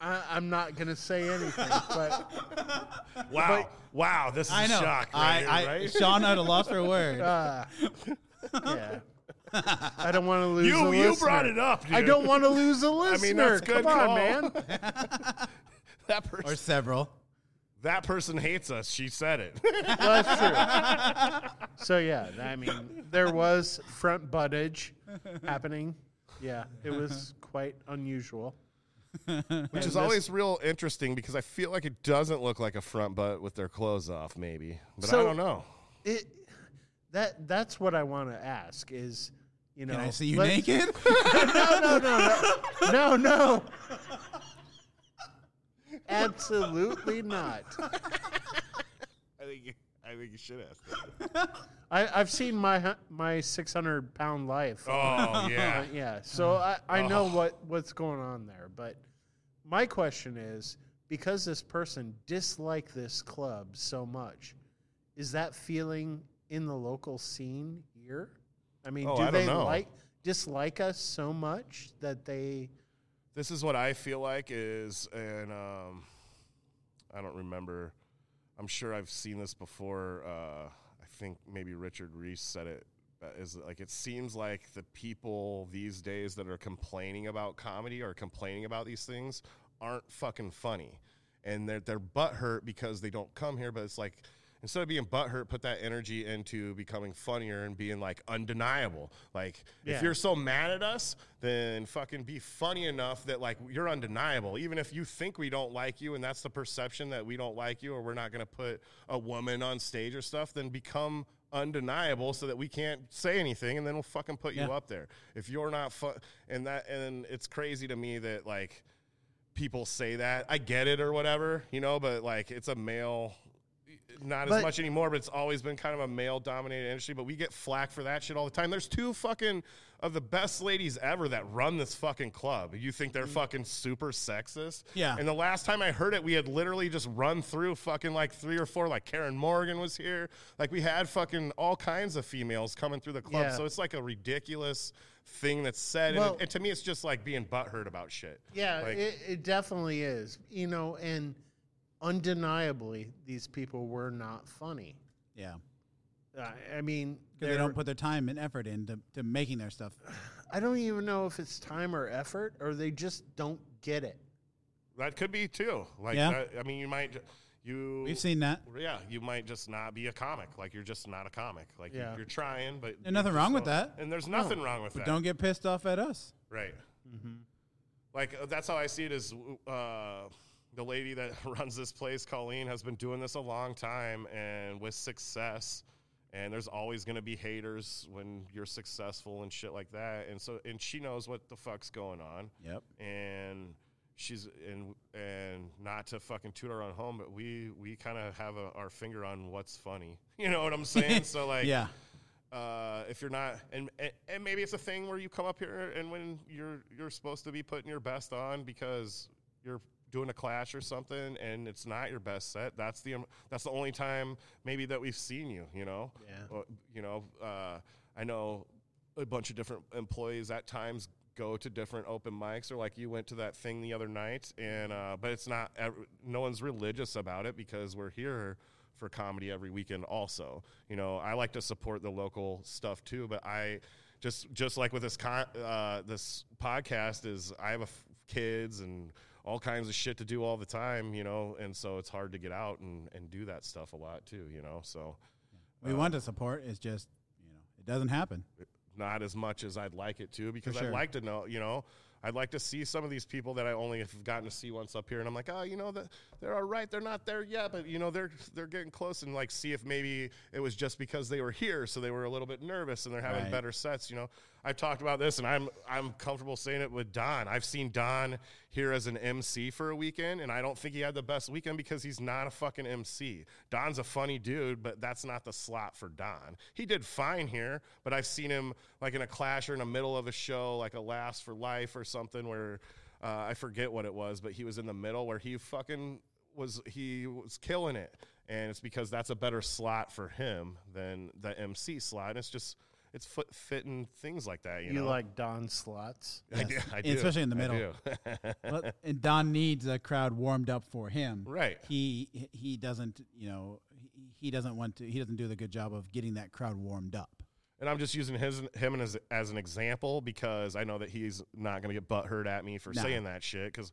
I, I'm not gonna say anything, but
Wow, wow, this is
I know.
shock. Right
I,
here,
I
right?
Sean at a loss for a word.
uh, yeah. I don't want to lose. a
you you
listener.
brought it up. Dude.
I don't want to lose a listener.
mean, that's good
Come
call.
on, man.
that
or
person.
several.
That person hates us. She said it.
Well, that's true. So yeah, I mean, there was front buttage happening. Yeah, it was quite unusual.
Which is always real interesting because I feel like it doesn't look like a front butt with their clothes off, maybe. But I
So-
don't know.
It that that's what I want to ask is, you know,
Can I see you
let-
naked?
No, no, no, no, no, no. Absolutely not.
I think you, I think you should ask.
I, I've seen my hu- my 600 pound life.
Oh yeah.
Yeah,
Oh.
so I, I know what, what's going on there, but my question is because this person disliked this club so much, is that feeling in the local scene here? I mean,
Oh,
do
I don't
they
know.
like dislike us so much that they?
this is what I feel like is, and um, I don't remember. I'm sure I've seen this before. Uh, I think maybe Richard Reese said it. uh, Is like it seems like the people these days that are complaining about comedy or complaining about these things aren't fucking funny, and they're they're butthurt because they don't come here. But it's like instead of being butthurt, put that energy into becoming funnier and being like undeniable. Like
Yeah.
if you're so mad at us, then fucking be funny enough that like you're undeniable. Even if you think we don't like you and that's the perception that we don't like you or we're not going to put a woman on stage or stuff, then become undeniable so that we can't say anything and then we'll fucking put
Yeah.
you up there. If you're not fun and that and it's crazy to me that like people say that. I get it or whatever, you know, but like it's a male not as
But-
much anymore, but it's always been kind of a male dominated industry, but we get flack for that shit all the time. There's two fucking of the best ladies ever that run this fucking club. You think
Mm-hmm.
they're fucking super sexist?
Yeah.
And the last time I heard it, we had literally just run through fucking like three or four, like Karen Morgan was here. Like we had fucking all kinds of females coming through the club.
Yeah.
So it's like a ridiculous thing that's said.
Well-
and, and to me, it's just like being butthurt about shit.
Yeah,
Like-
it, it definitely is. You know, and undeniably, these people were not funny.
yeah.
I I mean,
Because they
they're-
don't put their time and effort into to making their stuff.
I don't even know if it's time or effort, or they just don't get it.
That could be too. Like,
Yeah.
that- I mean, you might you
We've seen that.
Yeah, you might just not be a comic. Like you're just not a comic. Like
Yeah.
you, are trying, but
There's nothing wrong with that.
And there's nothing wrong with
But
that.
don't Mm-hmm. get pissed off at us.
right. Like uh, that's how I see it. Is uh, the lady that runs this place, Colleen, has been doing this a long time and with success. And there's always going to be haters when you're successful and shit like that. And so, and she knows what the fuck's going on
Yep.
and she's and and not to fucking toot our own home, but we we kind of have a, our finger on what's funny. You know what I'm saying? so like,
yeah.
uh, if you're not, and, and and maybe it's a thing where you come up here and when you're you're supposed to be putting your best on because you're doing a clash or something, and it's not your best set. That's the um, that's the only time maybe that we've seen you. You know,
Yeah.
Or, you know, uh, I know a bunch of different employees at times go to different open mics or like you went to that thing the other night and uh, but it's not ev- no one's religious about it because we're here for comedy every weekend also you know i like to support the local stuff too but i just just like with this con- uh, this podcast is i have a f- kids and all kinds of shit to do all the time you know and so it's hard to get out and and do that stuff a lot too you know so
We want to support. It's just you know it doesn't happen.
not as much as I'd like it to because
sure.
I'd like to know, you know, I'd like to see some of these people that I only have gotten to see once up here, and I'm like, oh, you know, that they're all right, they're not there yet, but you know, they're they're getting close, and like see if maybe it was just because they were here, so they were a little bit nervous, and they're having
Right.
better sets. You know, I've talked about this, and I'm I'm comfortable saying it with Don. I've seen Don here as an MC for a weekend, and I don't think he had the best weekend because he's not a fucking MC. Don's a funny dude, but that's not the slot for Don. He did fine here, but I've seen him like in a clash or in the middle of a show, like a Last for Life or something, where uh, I forget what it was, but he was in the middle where he fucking was he was killing it. And it's because that's a better slot for him than the MC slot. And it's just it's fit, fitting things like that. You,
You
know?
like Don slots?
I do, I do,
Especially in the
I
middle.
do.
Well, and Don needs a crowd warmed up for him.
right.
He he doesn't you know he- he doesn't want to he doesn't do the good job of getting that crowd warmed up.
And I'm just using his him as as an example because I know that he's not going to get butthurt at me for
No.
saying that shit. Because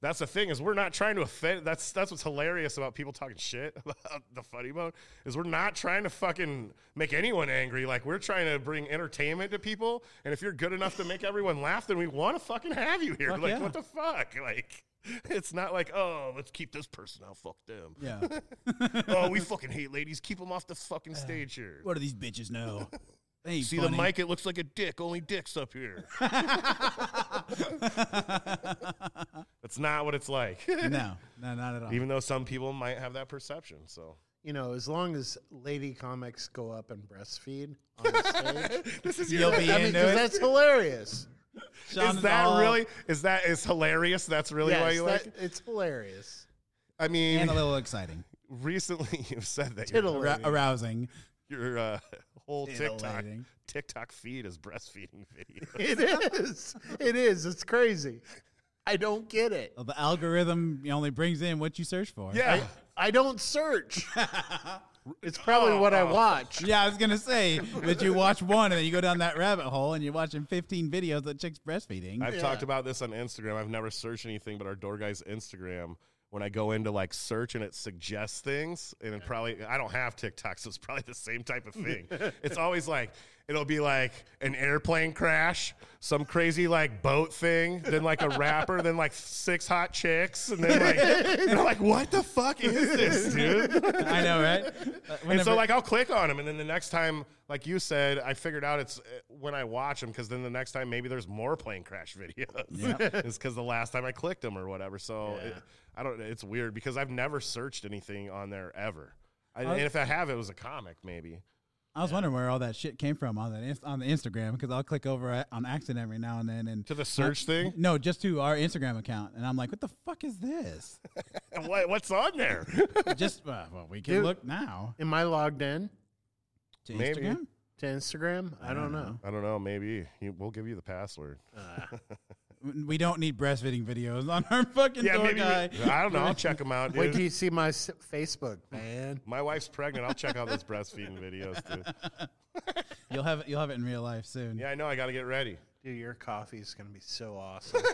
that's the thing is we're not trying to offend. That's that's what's hilarious about people talking shit about the funny bone is we're not trying to fucking make anyone angry. Like we're trying to bring entertainment to people. And if you're good enough to make everyone laugh, then we want to fucking have you here.
Fuck
like
yeah.
what the fuck? Like it's not like oh let's keep this person out. Fuck them.
Yeah.
oh we fucking hate ladies. Keep them off the fucking stage here.
what do these bitches know? They ain't
See
funny.
the mic? It looks like a dick. Only dicks up here. That's not what it's like.
no, no, not at all.
Even though some people might have that perception. So
You know, as long as lady comics go up and breastfeed on stage,
this is
You'll be
I mean,
into
'cause
it.
that's hilarious.
Sean
Is that
all-
really? Is that is hilarious? That's really why
Yes,
you
that-
like. it?
It's hilarious.
I mean,
and a little exciting,
recently you've said that your,
Titillating.
Ar- arousing?
your uh, whole TikTok
Titillating.
TikTok feed is breastfeeding video.
It is. It is. It's crazy. I don't get it.
Well, the algorithm only brings in what you search for.
yeah,
I don't search. It's probably what I
Oh.
watch.
Yeah, I was gonna say that you watch one and then you go down that rabbit hole and you're watching 15 videos that chicks breastfeeding.
I've talked about this on Instagram. I've never searched anything but our door guy's Instagram. When I go into like search and it suggests things, and it probably I don't have TikTok, so it's probably the same type of thing. it's always like it'll be like an airplane crash, some crazy like boat thing, then like a rapper, then like six hot chicks, and then like and I'm like, what the fuck is this, dude?
I know, right?
and so like I'll click on them, and then the next time, like you said, I figured out it's uh, when I watch them because then the next time maybe there's more plane crash videos. it's because the last time I clicked them or whatever. So it, I don't. It's weird because I've never searched anything on there ever. I, and if I have, it was a comic maybe.
I was wondering where all that shit came from on that inst- on the Instagram because I'll click over at, on accident every now and then and
To the search thing?
No, just to our Instagram account, and I'm like, what the fuck is this?
And what, what's on there?
just uh, well, we can
Dude.
look now
Am I logged in
to
Maybe.
Instagram.
to Instagram? I don't know.
I don't know. Maybe You- we'll give you the password.
W- We don't need breastfeeding videos on our fucking
yeah,
door
maybe. we-
guy.
I don't know. I'll check them out.
Wait
dude.
till you see my s- Facebook, man.
My wife's pregnant. I'll check out those breastfeeding videos too.
You'll have it. You'll have it in real life soon.
Yeah, I know. I got to get ready.
Dude, your coffee is going to be so awesome.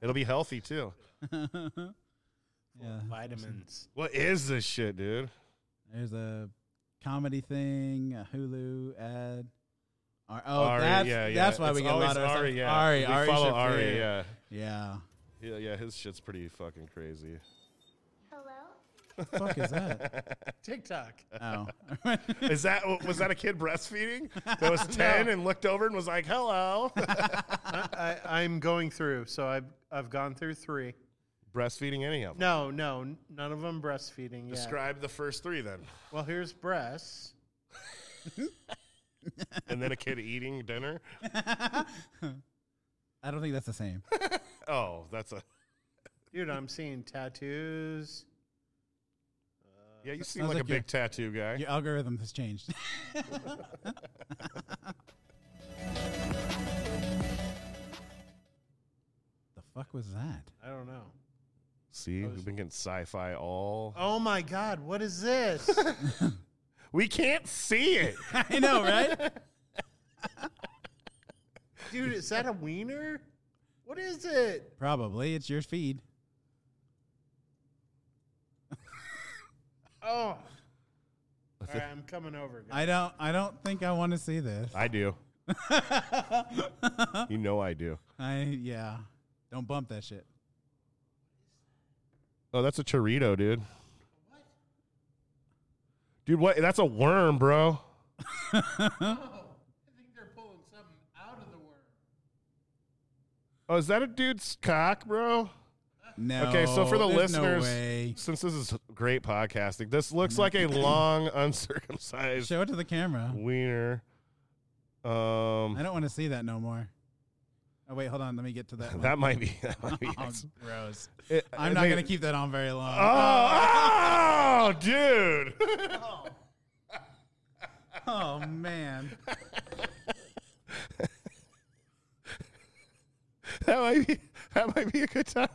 It'll be healthy too.
Yeah.
Vitamins.
What is this shit, dude?
There's a comedy thing, a Hulu ad. Ar- oh,
Ari,
that's
yeah, yeah.
that's why we
It's
get a
always
lot of our
Ari,
stuff-
yeah.
Ari,
we
Ari
follow
Shafir.
Ari, yeah.
yeah.
Yeah, yeah, his shit's pretty fucking crazy.
Hello?
The fuck is that?
TikTok.
Oh,
Is that was that a kid breastfeeding that was ten and looked over and was like, "Hello"?
I, I'm going through. So I've, I've gone through three.
breastfeeding any of them?
No, no, n- none of them breastfeeding. Yet.
Describe the first three then,
Well, here's breasts.
and then a kid eating dinner.
I don't think that's the same.
Oh, that's a
Dude, I'm seeing tattoos.
yeah. You seem
Sounds
like, a
like you're-
big tattoo guy.
Your algorithm has changed. the fuck was that?
I don't know.
See,
Oh,
we've been getting sci-fi all.
Oh my God, what is this?
We can't see it.
I know, right?
Dude, is that a wiener? What is it?
Probably it's your feed.
Oh, all
That's
right,
it.
I'm coming over. guys.
I don't. I don't think I want to see this.
I do. you know I do.
I yeah. Don't bump that shit.
Oh, that's a chorito, dude. Dude, what? That's a worm, bro.
I think they're pulling something out of the worm.
Oh, is that a dude's cock, bro?
No.
Okay, so for the
there's
listeners,
no way. Mm-hmm.
since this is great podcasting, this looks like a long uncircumcised
show it to the camera.
wiener. Um,
I don't want to see that no more. Oh wait, hold on. Let me get to that. one.
that might be. That might be.
Oh, gross.
It-
I'm
I uh,
not
think-
gonna keep that on very long.
Oh, oh, dude.
Oh man.
that might be. That might be a good time.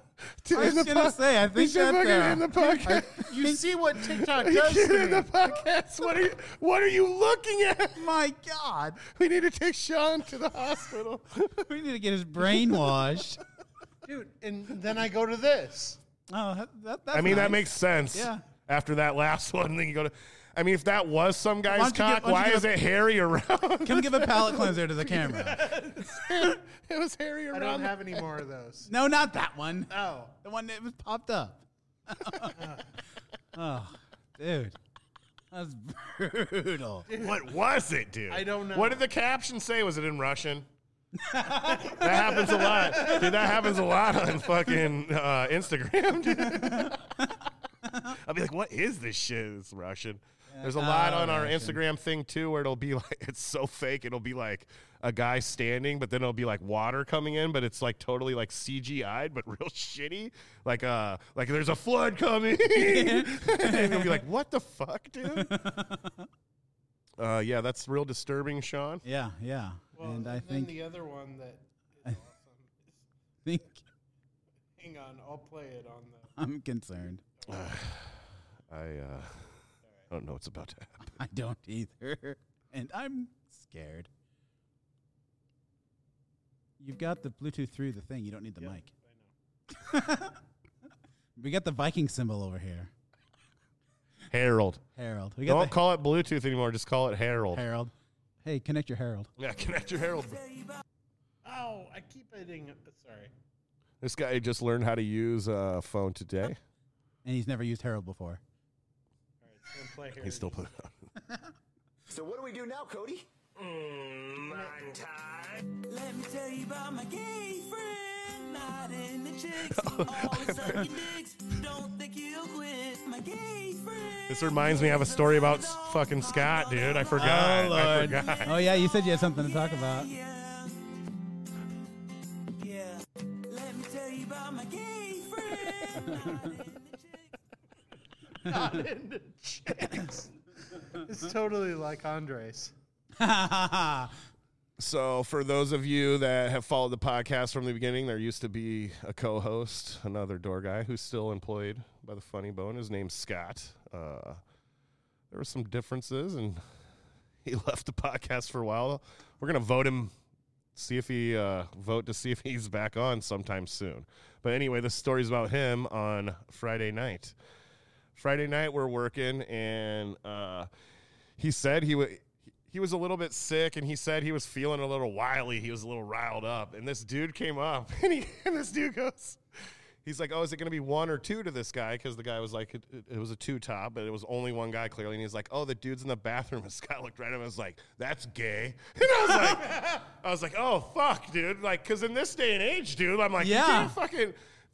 To end
I was
the
gonna
pod-
say, I
We
think
should
that's
fucking
uh,
end the podcast.
You see what TikTok
You
does
can't
to
end
me.
the podcast. What are you? What are you looking at?
My God,
We need to take Sean to the hospital.
we need to get his brain washed.
Dude, and then I go to this.
Oh, that, that, that's
I mean,
nice.
that makes sense.
Yeah.
After that last one, then you go to. I mean, if that was some
don't
guy's
you give-
cock,
why don't you
why
give
is
a-
it hairy around?
Come give a palate cleanser to the camera.
it was hairy
I
around.
don't
the-
have any more of those.
No, not that one.
Oh,
The one that was popped up. oh, dude, that's brutal.
What was it, dude?
I don't know.
What did the caption say? Was it in Russian? that happens a lot, dude. That happens a lot on fucking uh, Instagram. dude. I'll be like, "What is this shit? It's Russian." There's a lot
Oh,
on our
Russian.
Instagram thing too, where it'll be like it's so fake. It'll be like a guy standing, but then it'll be like water coming in, but it's like totally like CGI'd, but real shitty. Like uh, like there's a flood coming, and you'll be like, "What the fuck, dude?" Uh, yeah, that's real disturbing, Sean.
Yeah, yeah.
well,
and I
then
think,
the other one that is awesome.
think
is- Hang on, I'll play it on the.
I'm concerned.
I uh, I don't know what's about to happen.
I don't either, and I'm scared. You've got the Bluetooth through the thing. You don't need the mic. we got the Viking symbol over here,
Harold.
Harold. We got
Don't
the
call it Bluetooth anymore. Just call it Harold.
Harold. Hey, connect your Harold.
Yeah, connect your Harold. bro.
Oh, I keep hitting. Sorry.
This guy just learned how to use a phone today.
And he's never used Harold before.
All right, it's gonna play here.
He's still putting it on.
So what do we do now, Cody?
Let me tell you about my gay friend, not in the chicks. Always sucking dicks, don't think he'll quit. My gay friend.
This reminds me, I have a story about s- fucking Scott, dude. I forgot. I forgot.
Oh yeah, you said you had something to talk about.
Yeah. Yeah. Let me tell you about my gay friend, not in the chicks.
not into chicks. It's totally like Andres.
So, for those of you that have followed the podcast from the beginning, there used to be a co host, another door guy who's still employed by the Funny Bone. His name's Scott. Uh, there were some differences, and he left the podcast for a while. We're going to vote him, see if he, uh, vote to see if he's back on sometime soon. But anyway, this story's about him on Friday night. Friday night, we're working, and, uh, he said he was he was a little bit sick and he said he was feeling a little wily he was a little riled up and this dude came up and, he, and this dude goes he's like oh is it going to be one or two to this guy because the guy was like it, it- it was a two top but it was only one guy clearly and he's like oh the dude's in the bathroom and scott looked right at him and was like that's gay and i was like i was like oh fuck dude like because in this day and age dude i'm like
Yeah.
you can't fucking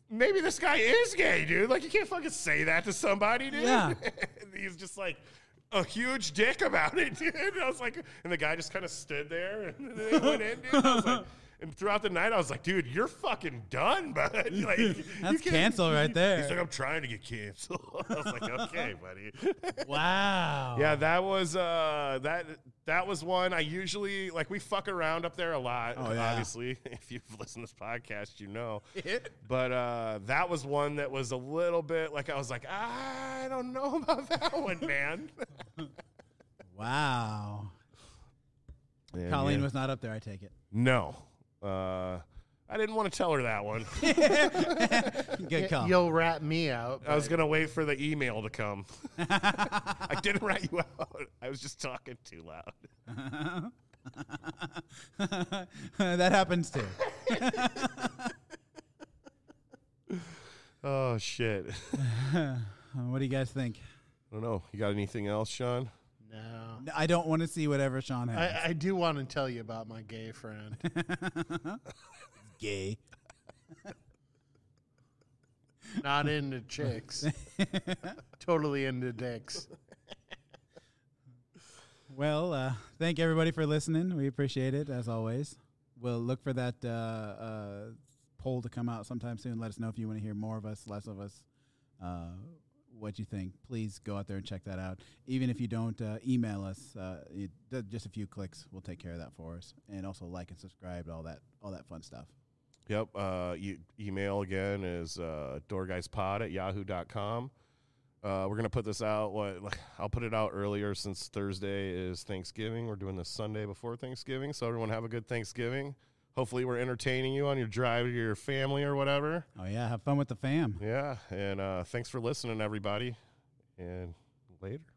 maybe this guy is gay dude like you can't fucking say that to somebody dude
Yeah.
and he's just like a huge dick about it, dude. And I was like, and the guy just kind of stood there, and they went in, dude. I was like, and throughout the night, I was like, dude, you're fucking done, bud. Like, you
That's
can't-
cancel right
He's like,
there.
I'm trying to get canceled. I was like, okay, buddy.
Wow.
Yeah, that was uh that that was one I usually like we fuck around up there a lot.
Oh, yeah.
Obviously, if you've listened to this podcast, you know. but uh that was one that was a little bit like I was like, I don't know about that one, man.
Wow. Colleen was not up there. I take it.
No. Uh I didn't want to tell her that one.
Good call.
You'll rat me out.
I was gonna wait for the email to come. I didn't rat you out. I was just talking too loud.
that happens too. Uh,
Oh shit. I
Uh, What do you guys think?
don't know. You got anything else, Sean?
No.
I don't want to see whatever Sean has.
I, I do want to tell you about my gay friend.
Gay.
Not into chicks. totally into dicks.
Well, uh, thank everybody for listening. We appreciate it as always. We'll look for that uh, uh, poll to come out sometime soon. Let us know if you want to hear more of us, less of us. Uh, what you think? Please go out there and check that out. Even if you don't uh, email us, uh, it, ju- just a few clicks will take care of that for us. And also like and subscribe, all that, all that fun stuff.
Yep. Uh, you, email again is uh, doorguyspod at yahoo.com. Uh, we're gonna put this out. What like, I'll put it out earlier since Thursday is Thanksgiving. We're doing this Sunday before Thanksgiving, so everyone have a good Thanksgiving. Hopefully, we're entertaining you on your drive to your family or whatever.
Oh yeah, have fun with the fam.
Yeah, and uh, thanks for listening, everybody, and later.